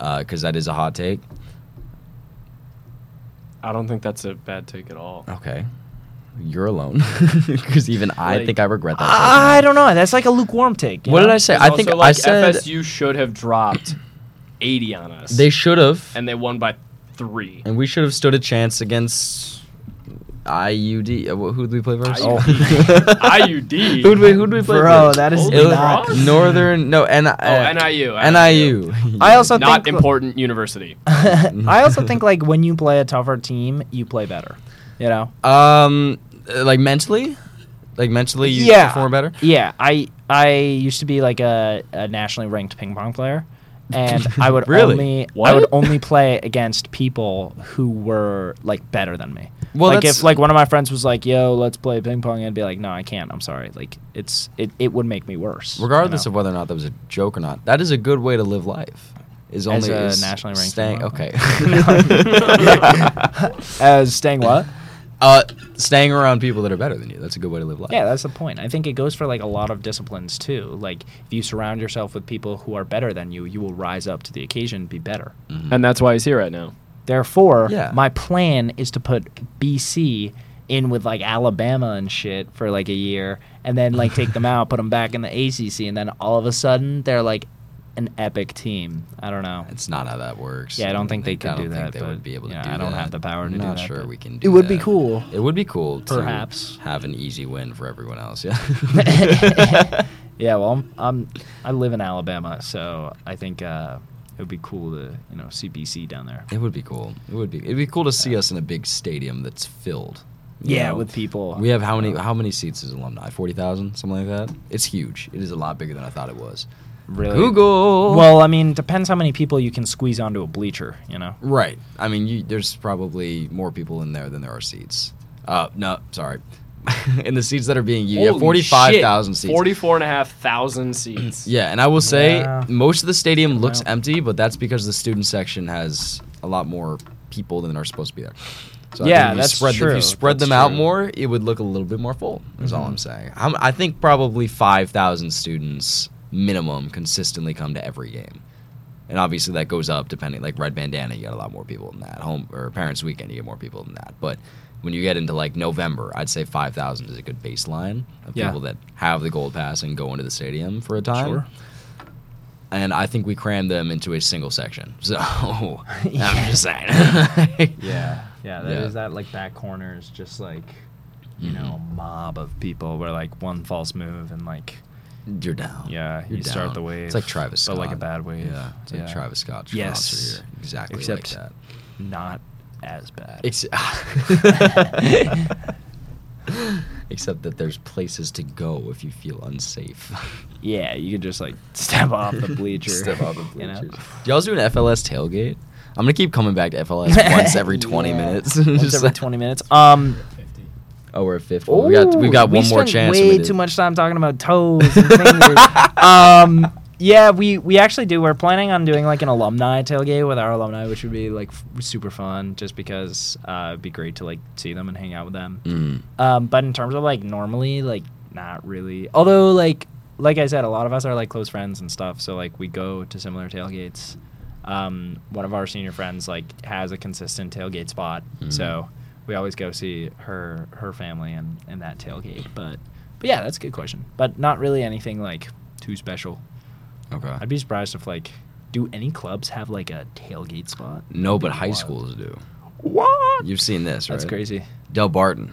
Speaker 3: because that is a hot take.
Speaker 4: I don't think that's a bad take at all.
Speaker 3: Okay, you're alone because even I
Speaker 4: Like,
Speaker 3: think I regret that.
Speaker 1: I don't know. That's like a lukewarm take. you
Speaker 3: What
Speaker 1: know?
Speaker 3: did I say?
Speaker 4: It's
Speaker 3: I
Speaker 4: also
Speaker 3: think
Speaker 4: like
Speaker 3: I said
Speaker 4: FSU should have dropped 80 on us.
Speaker 3: they Uh, should have.
Speaker 4: and they won by three.
Speaker 3: And we should have stood a chance against IUD. uh, wh- Who did we play first? Oh.
Speaker 4: IUD. IUD.
Speaker 3: who'd we who'd we play
Speaker 1: Bro,
Speaker 3: first?
Speaker 1: that is
Speaker 3: It was
Speaker 1: not-
Speaker 3: Northern. No, uh, and
Speaker 4: Oh, NIU.
Speaker 3: NIU.
Speaker 1: I also
Speaker 4: Not
Speaker 1: think
Speaker 4: important university.
Speaker 1: I also think like when you play a tougher team, you play better. You know?
Speaker 3: um uh, like mentally, like mentally you perform better.
Speaker 1: Yeah. I I used to be like a, a nationally ranked ping pong player. And I would
Speaker 3: Really?
Speaker 1: only I
Speaker 4: What?
Speaker 1: would only play against people who were like better than me.
Speaker 3: Well,
Speaker 1: like
Speaker 3: that's-
Speaker 1: if like one of my friends was like, "Yo, let's play ping pong," I'd be like, "No, I can't. I'm sorry. Like it's it, it would make me worse."
Speaker 3: Regardless of whether or not that was a joke or not, that is a good way to live life. Is
Speaker 1: As
Speaker 3: only
Speaker 1: a
Speaker 3: is
Speaker 1: nationally ranked
Speaker 3: staying
Speaker 1: team.
Speaker 3: okay.
Speaker 1: of as staying what?
Speaker 3: uh, staying around people that are better than you. That's a good way to live life.
Speaker 1: Yeah, that's the point. I think it goes for like a lot of disciplines too. Like if you surround yourself with people who are better than you, you will rise up to the occasion, be better.
Speaker 3: Mm-hmm.
Speaker 4: And that's why he's here right now.
Speaker 1: Therefore,
Speaker 3: Yeah.
Speaker 1: my plan is to put BC in with like Alabama and shit for like a year, and then like take them out, put them back in the ACC, and then all of a sudden they're like an epic team. I don't know.
Speaker 3: It's not how that works.
Speaker 1: Yeah, I don't think they could
Speaker 3: I don't
Speaker 1: do
Speaker 3: think
Speaker 1: that,
Speaker 3: They
Speaker 1: but,
Speaker 3: would be able to
Speaker 1: you know,
Speaker 3: do
Speaker 1: I don't
Speaker 3: that.
Speaker 1: have the power to
Speaker 3: I'm
Speaker 1: do
Speaker 3: not
Speaker 1: that,
Speaker 3: sure
Speaker 1: but
Speaker 3: we can.
Speaker 1: it
Speaker 3: do
Speaker 1: would be
Speaker 3: that.
Speaker 1: cool.
Speaker 3: It would be cool. To
Speaker 1: Perhaps.
Speaker 3: have an easy win for everyone else. Yeah.
Speaker 1: Yeah, well, I'm, I'm I live in Alabama, so I think uh, it would be cool to you know see BC down there.
Speaker 3: it would be cool. It would be. It'd be cool to see us in a big stadium that's filled. you
Speaker 1: Yeah,
Speaker 3: know?
Speaker 1: with people.
Speaker 3: We have how many? How many seats is alumni? Forty thousand, something like that. It's huge. It is a lot bigger than I thought it was.
Speaker 1: really
Speaker 3: Google.
Speaker 1: Well, I mean, depends how many people you can squeeze onto a bleacher, you know.
Speaker 3: Right. I mean, you, there's probably more people in there than there are seats. Uh, no, sorry. in the seats that are being used, you have
Speaker 4: Holy
Speaker 3: forty-five thousand
Speaker 4: shit.
Speaker 3: seats.
Speaker 4: 44 and a half thousand seats.
Speaker 3: Yeah, and I will say
Speaker 1: Yeah.
Speaker 3: most of the stadium looks
Speaker 1: Wow.
Speaker 3: empty, but that's because the student section has a lot more people than are supposed to be there. So
Speaker 1: Yeah,
Speaker 3: I think if you
Speaker 1: that's
Speaker 3: spread, If
Speaker 1: true.
Speaker 3: you spread
Speaker 1: That's
Speaker 3: them out
Speaker 1: true. Mm-hmm.
Speaker 3: more, it would look a little bit more full. Is all I'm saying. I'm, I think probably five thousand students minimum consistently come to every game, and obviously that goes up depending. Like Red Bandana, you got a lot more people than that. Home or Parents Weekend, you get more people than that. But when you get into like November, I'd say five thousand is a good baseline of
Speaker 1: Yeah.
Speaker 3: people that have the gold pass and go into the stadium for a time
Speaker 1: Sure.
Speaker 3: and I think we crammed them into a single section. So I'm
Speaker 1: Yeah.
Speaker 3: just saying.
Speaker 1: Yeah, yeah. That is
Speaker 3: Yeah. Mm-hmm.
Speaker 1: that like back corner is just like you know a mob of people where like one false move and like
Speaker 3: You're down.
Speaker 1: yeah
Speaker 3: You're
Speaker 1: you start
Speaker 3: down.
Speaker 1: the wave.
Speaker 3: It's like Travis Scott.
Speaker 1: but like a bad wave.
Speaker 3: Yeah. It's like
Speaker 1: Yeah.
Speaker 3: Travis Scott.
Speaker 1: Yes.
Speaker 3: Yes. Here. Exactly
Speaker 1: Except-
Speaker 3: like that.
Speaker 1: Not as bad.
Speaker 3: Ex- Except that there's places to go if you feel unsafe.
Speaker 1: yeah, you could just like step off the bleacher.
Speaker 3: Step off the
Speaker 1: you know?
Speaker 3: bleachers. Do y'all do an FLS tailgate? I'm gonna keep coming back to FLS once every 20
Speaker 1: Yeah.
Speaker 3: minutes.
Speaker 1: Once
Speaker 3: Just
Speaker 1: every
Speaker 3: like-
Speaker 1: 20 minutes. Um,
Speaker 5: Fifty.
Speaker 3: Oh, we're at 50. we got we got
Speaker 1: Ooh,
Speaker 3: one more
Speaker 1: spent
Speaker 3: chance. and we
Speaker 1: Way
Speaker 3: did-
Speaker 1: too much time talking about toes and fingers. um, yeah, we we actually do. We're planning on doing like an alumni tailgate with our alumni, which would be like f- super fun, just because uh, it'd be great to like see them and hang out with them.
Speaker 3: Mm.
Speaker 1: Um, but in terms of like normally, like not really. Although like like I said, a lot of us are like close friends and stuff, so like we go to similar tailgates. Um, one of our senior friends like has a consistent tailgate spot,
Speaker 3: Mhm.
Speaker 1: so we always go see her her family and and that tailgate. But but yeah, that's a good question. But not really anything like too special.
Speaker 3: Mm, Okay.
Speaker 1: I'd be surprised if like. Do any clubs have like a tailgate spot?
Speaker 3: No, but
Speaker 1: Be
Speaker 3: high
Speaker 1: wild.
Speaker 3: schools do.
Speaker 1: What?
Speaker 3: You've seen this, right?
Speaker 1: That's crazy.
Speaker 3: Del Barton.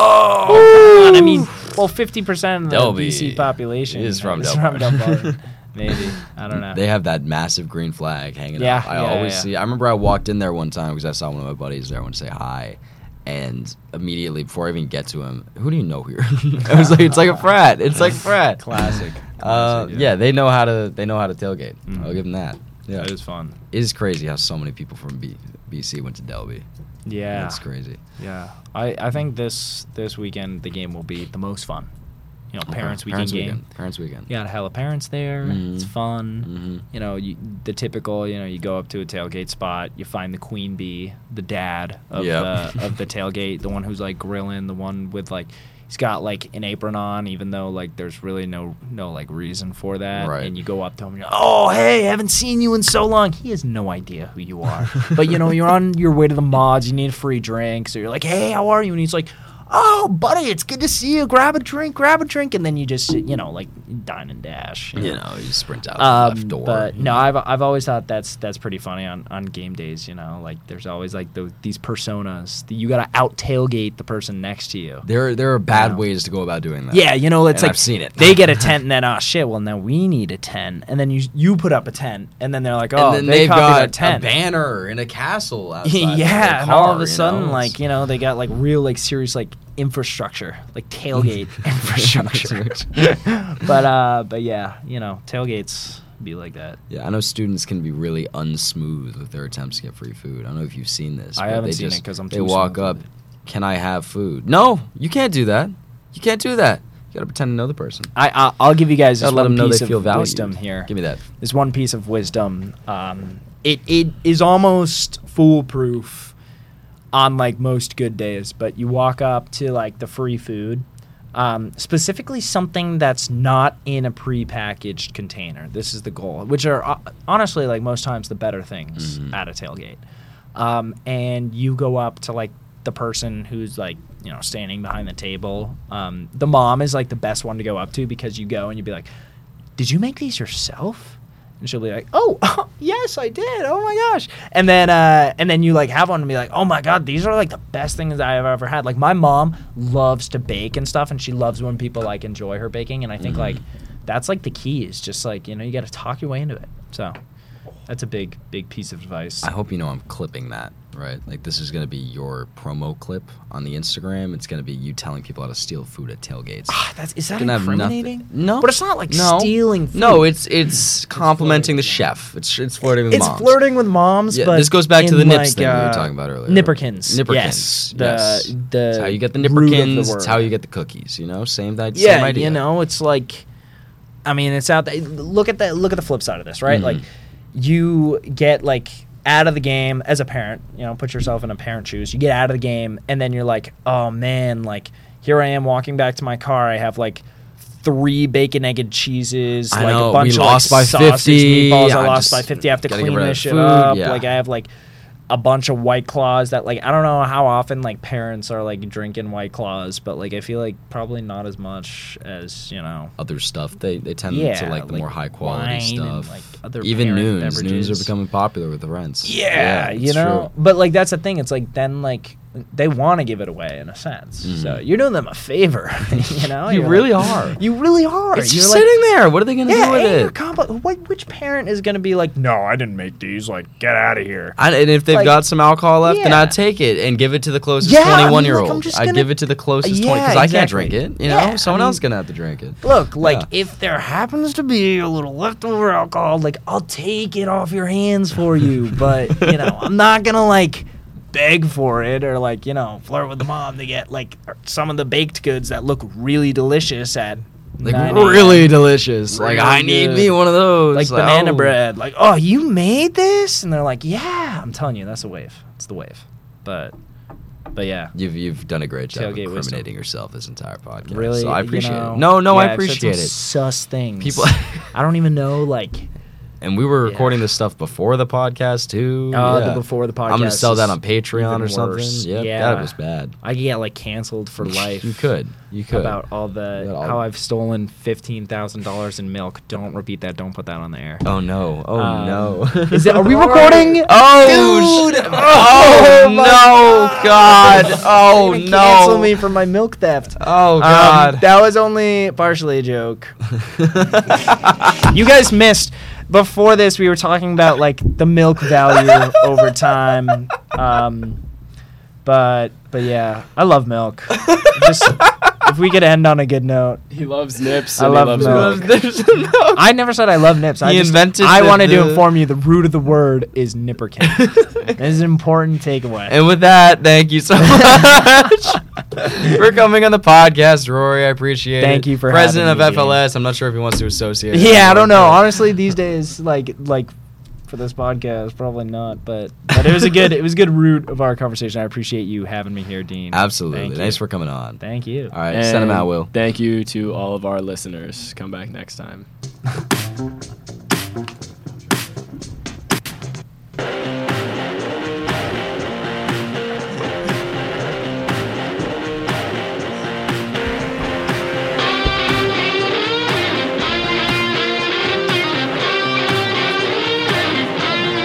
Speaker 1: Oh, come on. I mean, well, fifty percent of the
Speaker 3: Delby
Speaker 1: BC population
Speaker 3: is from
Speaker 1: is
Speaker 3: Delbert.
Speaker 1: from Delbert. Maybe I don't know.
Speaker 3: They have that massive green flag hanging
Speaker 1: Yeah,
Speaker 3: up. I
Speaker 1: yeah,
Speaker 3: always
Speaker 1: yeah.
Speaker 3: see. I remember I walked in there one time because I saw one of my buddies there. I want to say hi, and immediately before I even get to him, who do you know here? I was like, it's like a frat. It's like frat.
Speaker 1: Classic.
Speaker 3: Uh,
Speaker 1: Classic,
Speaker 3: yeah, they know how to. They know how to tailgate.
Speaker 1: Mhm.
Speaker 3: I'll give them that. Yeah,
Speaker 1: That is fun.
Speaker 3: it is crazy how so many people from B- BC went to Delby.
Speaker 1: Yeah,
Speaker 3: that's crazy.
Speaker 1: yeah. I, I think this this weekend the game will be the most fun. You know, parents
Speaker 3: Okay.
Speaker 1: weekend Mm-hmm. game.
Speaker 3: Parents weekend.
Speaker 1: You got a hell of parents there. It's
Speaker 3: Mhm.
Speaker 1: fun.
Speaker 3: Mhm.
Speaker 1: You know, you, the typical. You know, you go up to a tailgate spot, you find the queen bee, the dad of
Speaker 3: Yep.
Speaker 1: the of the tailgate, the one who's like grilling, the one with like he's got like an apron on, even though like there's really no no like reason for that.
Speaker 3: Right.
Speaker 1: And you go up to him, and you're like, oh hey, haven't seen you in so long. He has no idea who you are, but you know you're on your way to the mods, you need a free drink, so you're like, hey, how are you? And he's like. Oh, buddy, it's good to see you. Grab a drink, grab a drink, and then you just, you know, like dine and dash.
Speaker 3: You know, you sprint out
Speaker 1: Um,
Speaker 3: the left door. Hmm.
Speaker 1: But no, I've I've always thought that's that's pretty funny on, on game days. You know, like there's always like tho- these personas. that You gotta out tailgate the person next to you.
Speaker 3: There, there are bad
Speaker 1: know.
Speaker 3: ways to go about doing that.
Speaker 1: Yeah, you know, it's
Speaker 3: And
Speaker 1: like
Speaker 3: I've seen it.
Speaker 1: They get a tent, and then oh shit, well now we need a tent, and then you you put up a tent, and then they're like, oh,
Speaker 3: and then
Speaker 1: they
Speaker 3: they've
Speaker 1: copied our
Speaker 3: got a
Speaker 1: tent.
Speaker 3: banner and a castle outside. of their
Speaker 1: yeah, and all
Speaker 3: car,
Speaker 1: of
Speaker 3: you
Speaker 1: a sudden,
Speaker 3: know?
Speaker 1: like you know, they got like real, like serious, like infrastructure, like tailgate infrastructure. but uh, but yeah, you know, tailgates be like that.
Speaker 3: yeah, I know students can be really unsmooth with their attempts to get free food. I don't know if you've seen this.
Speaker 1: I
Speaker 3: but
Speaker 1: haven't
Speaker 3: they
Speaker 1: seen it
Speaker 3: just-
Speaker 1: 'cause I'm
Speaker 3: They
Speaker 1: too
Speaker 3: walk
Speaker 1: small
Speaker 3: up.
Speaker 1: with it.
Speaker 3: Can I have food? No, you can't do that. You can't do that. You gotta pretend to know the person.
Speaker 1: I, I I'll give you guys
Speaker 3: Gotta
Speaker 1: this
Speaker 3: let
Speaker 1: one
Speaker 3: them know
Speaker 1: piece
Speaker 3: they
Speaker 1: of
Speaker 3: feel valued.
Speaker 1: wisdom here.
Speaker 3: Give me that.
Speaker 1: This one piece of wisdom. Um, it it is almost foolproof on like most good days, but you walk up to like the free food, um, specifically something that's not in a prepackaged container. This is the goal, which are uh, honestly like most times the better things
Speaker 3: Mm-hmm.
Speaker 1: at a tailgate. Um, and you go up to like the person who's like you know standing behind the table. Um, the mom is like the best one to go up to because you go and you'd be like, "Did you make these yourself?" And she'll be like, "Oh, yes, I did. Oh my gosh!" And then, uh, and then you like have one and be like, "Oh my god, these are like the best things I have ever had." Like my mom loves to bake and stuff, and she loves when people like enjoy her baking. And I think like that's like the key is just like you know you got to talk your way into it. So that's a big, big piece of advice.
Speaker 3: I hope you know I'm clipping that, right? Like this is gonna be your promo clip on the Instagram. It's gonna be you telling people how to steal food at tailgates.
Speaker 1: Ah, that's, is that
Speaker 3: gonna have
Speaker 1: incriminating?
Speaker 3: nothing. No,
Speaker 1: but it's not like
Speaker 3: no.
Speaker 1: stealing. Food.
Speaker 3: No, it's it's complimenting the
Speaker 5: flirting,
Speaker 3: chef. It's it's flirting with
Speaker 1: it's
Speaker 3: moms.
Speaker 1: flirting with moms.
Speaker 3: Yeah,
Speaker 1: but
Speaker 3: this goes back to
Speaker 1: in,
Speaker 3: the nips
Speaker 1: like,
Speaker 3: thing we
Speaker 1: uh,
Speaker 3: were talking about earlier.
Speaker 1: Nipperkins.
Speaker 3: Nipperkins.
Speaker 1: Yes. The,
Speaker 3: yes.
Speaker 1: The
Speaker 3: It's how you get the
Speaker 1: root of
Speaker 3: nipperkins.
Speaker 1: word.
Speaker 3: it's how you get the cookies. You know, same that
Speaker 1: yeah,
Speaker 3: same idea.
Speaker 1: you know, it's like,
Speaker 3: Mm-hmm.
Speaker 1: I mean, it's out there. Look at the look at the flip side of this, right? Like, you get like out of the game as a parent, you know, put yourself in a parent shoes. You get out of the game and then you're like, "Oh man, like here I am walking back to my car. I have like three bacon egg and cheeses,
Speaker 3: I
Speaker 1: like
Speaker 3: know,
Speaker 1: a bunch
Speaker 3: we
Speaker 1: of
Speaker 3: lost by
Speaker 1: like, sausage
Speaker 3: 50.
Speaker 1: meatballs. I
Speaker 3: I'm
Speaker 1: lost
Speaker 3: just
Speaker 1: by 50. I have to
Speaker 3: gotta get
Speaker 1: clean
Speaker 3: rid of
Speaker 1: this shit
Speaker 3: food,
Speaker 1: up.
Speaker 3: yeah.
Speaker 1: Like I have like a bunch of white claws that like I don't know how often like parents are like drinking white claws, but like I feel like probably not as much as, you know,
Speaker 3: Other stuff they they tend to
Speaker 1: Yeah,
Speaker 3: like the
Speaker 1: like
Speaker 3: more high quality
Speaker 1: wine and,
Speaker 3: stuff.
Speaker 1: like, other
Speaker 3: Even
Speaker 1: parent
Speaker 3: noons, noons
Speaker 1: beverages.
Speaker 3: are becoming popular with the rents.
Speaker 1: yeah, you
Speaker 3: it's true.
Speaker 1: know but like that's the thing it's like then like they want to give it away in a sense so you're doing them a favor you know
Speaker 3: Mm-hmm. You
Speaker 1: You're
Speaker 3: really
Speaker 1: like-
Speaker 3: are.
Speaker 1: you really are
Speaker 3: It's
Speaker 1: You're
Speaker 3: just
Speaker 1: like,
Speaker 3: sitting there. What are they gonna
Speaker 1: yeah
Speaker 3: do with
Speaker 1: and you're
Speaker 3: it?
Speaker 1: compli- what, which parent is going to be like no i didn't make these like get out of here
Speaker 3: I, and if they've
Speaker 1: Like,
Speaker 3: got some alcohol left, then
Speaker 1: yeah.
Speaker 3: I'd take it and give it to the closest
Speaker 1: Yeah, I mean, like, I'm
Speaker 3: 21 year old.
Speaker 1: just
Speaker 3: I'd
Speaker 1: gonna-
Speaker 3: give it to the closest 20
Speaker 1: Yeah,
Speaker 3: because I can't
Speaker 1: exactly.
Speaker 3: drink it. You know,
Speaker 1: Yeah, I
Speaker 3: someone
Speaker 1: mean-
Speaker 3: else gonna have to drink it.
Speaker 1: Look, like
Speaker 3: Yeah.
Speaker 1: if there happens to be a little leftover alcohol, like I'll take it off your hands for you, but you know, I'm not gonna like beg for it or like, you know, flirt with the mom to get like some of the baked goods that look really delicious at
Speaker 3: Like
Speaker 1: 9 a.m.
Speaker 3: really delicious. Like I
Speaker 1: Really
Speaker 3: need
Speaker 1: good.
Speaker 3: me one of those.
Speaker 1: like banana
Speaker 3: oh.
Speaker 1: bread. Like, oh, you made this? And they're like, yeah, I'm telling you, that's a wave. It's the wave. But but yeah.
Speaker 3: You've you've done a great job of
Speaker 1: Tailgate wisdom.
Speaker 3: incriminating yourself this entire podcast.
Speaker 1: Really,
Speaker 3: so I
Speaker 1: you
Speaker 3: appreciate
Speaker 1: know,
Speaker 3: it. No, no,
Speaker 1: yeah,
Speaker 3: I
Speaker 1: I've said some
Speaker 3: appreciate it.
Speaker 1: Sus things.
Speaker 3: People-
Speaker 1: I don't even know like
Speaker 3: And we were
Speaker 1: Yeah.
Speaker 3: recording this stuff before the podcast too.
Speaker 1: Uh, the
Speaker 3: Yeah.
Speaker 1: before the podcast.
Speaker 3: I'm gonna sell that
Speaker 1: is
Speaker 3: on Patreon
Speaker 1: even
Speaker 3: or something.
Speaker 1: worse.
Speaker 3: Yep,
Speaker 1: yeah,
Speaker 3: that was bad.
Speaker 1: I could get like canceled for life.
Speaker 3: You could, you could.
Speaker 1: about all the
Speaker 3: About all-
Speaker 1: how I've stolen fifteen thousand dollars in milk. Don't repeat that. Don't put that on the air.
Speaker 3: Oh no! Oh
Speaker 1: Um,
Speaker 3: no!
Speaker 1: Is it? Are we recording?
Speaker 3: Oh,
Speaker 1: Dude!
Speaker 3: sh- oh,
Speaker 1: my
Speaker 3: no, God! Oh
Speaker 1: Even
Speaker 3: no!
Speaker 1: Cancel me for my milk theft.
Speaker 3: Oh
Speaker 1: Um,
Speaker 3: God!
Speaker 1: that was only partially a joke. you guys missed before this we were talking about like the milk value over time um, but but yeah i love milk just if we could end on a good note
Speaker 4: He loves nips.
Speaker 1: I
Speaker 4: And
Speaker 1: love
Speaker 4: he loves
Speaker 1: milk.
Speaker 4: milk.
Speaker 3: There's no-
Speaker 1: i never said i love nips i
Speaker 3: He
Speaker 1: just
Speaker 3: invented
Speaker 1: i
Speaker 3: the-
Speaker 1: wanted to
Speaker 3: the-
Speaker 1: inform you the root of the word is nipperkin that is an important takeaway
Speaker 3: and with that, thank you so much for coming on the podcast, Rory. I appreciate it.
Speaker 1: Thank you for
Speaker 3: president
Speaker 1: having
Speaker 3: of
Speaker 1: me, James.
Speaker 3: FLS. I'm not sure if he wants to associate.
Speaker 1: yeah i don't know
Speaker 3: Honestly.
Speaker 1: honestly these days like like for this podcast probably not but but it was a good it was a good root of our conversation i appreciate you having me here dean
Speaker 3: Absolutely.
Speaker 1: Thank
Speaker 3: Thanks
Speaker 1: you.
Speaker 3: for coming on.
Speaker 1: thank you
Speaker 3: All right, send him
Speaker 4: And
Speaker 3: out, Will.
Speaker 4: Thank you to all of our listeners. Come back next time.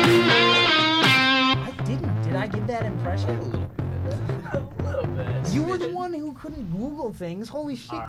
Speaker 1: I didn't. Did I give that impression? A little bit. You were the one who couldn't Google things. Holy shit.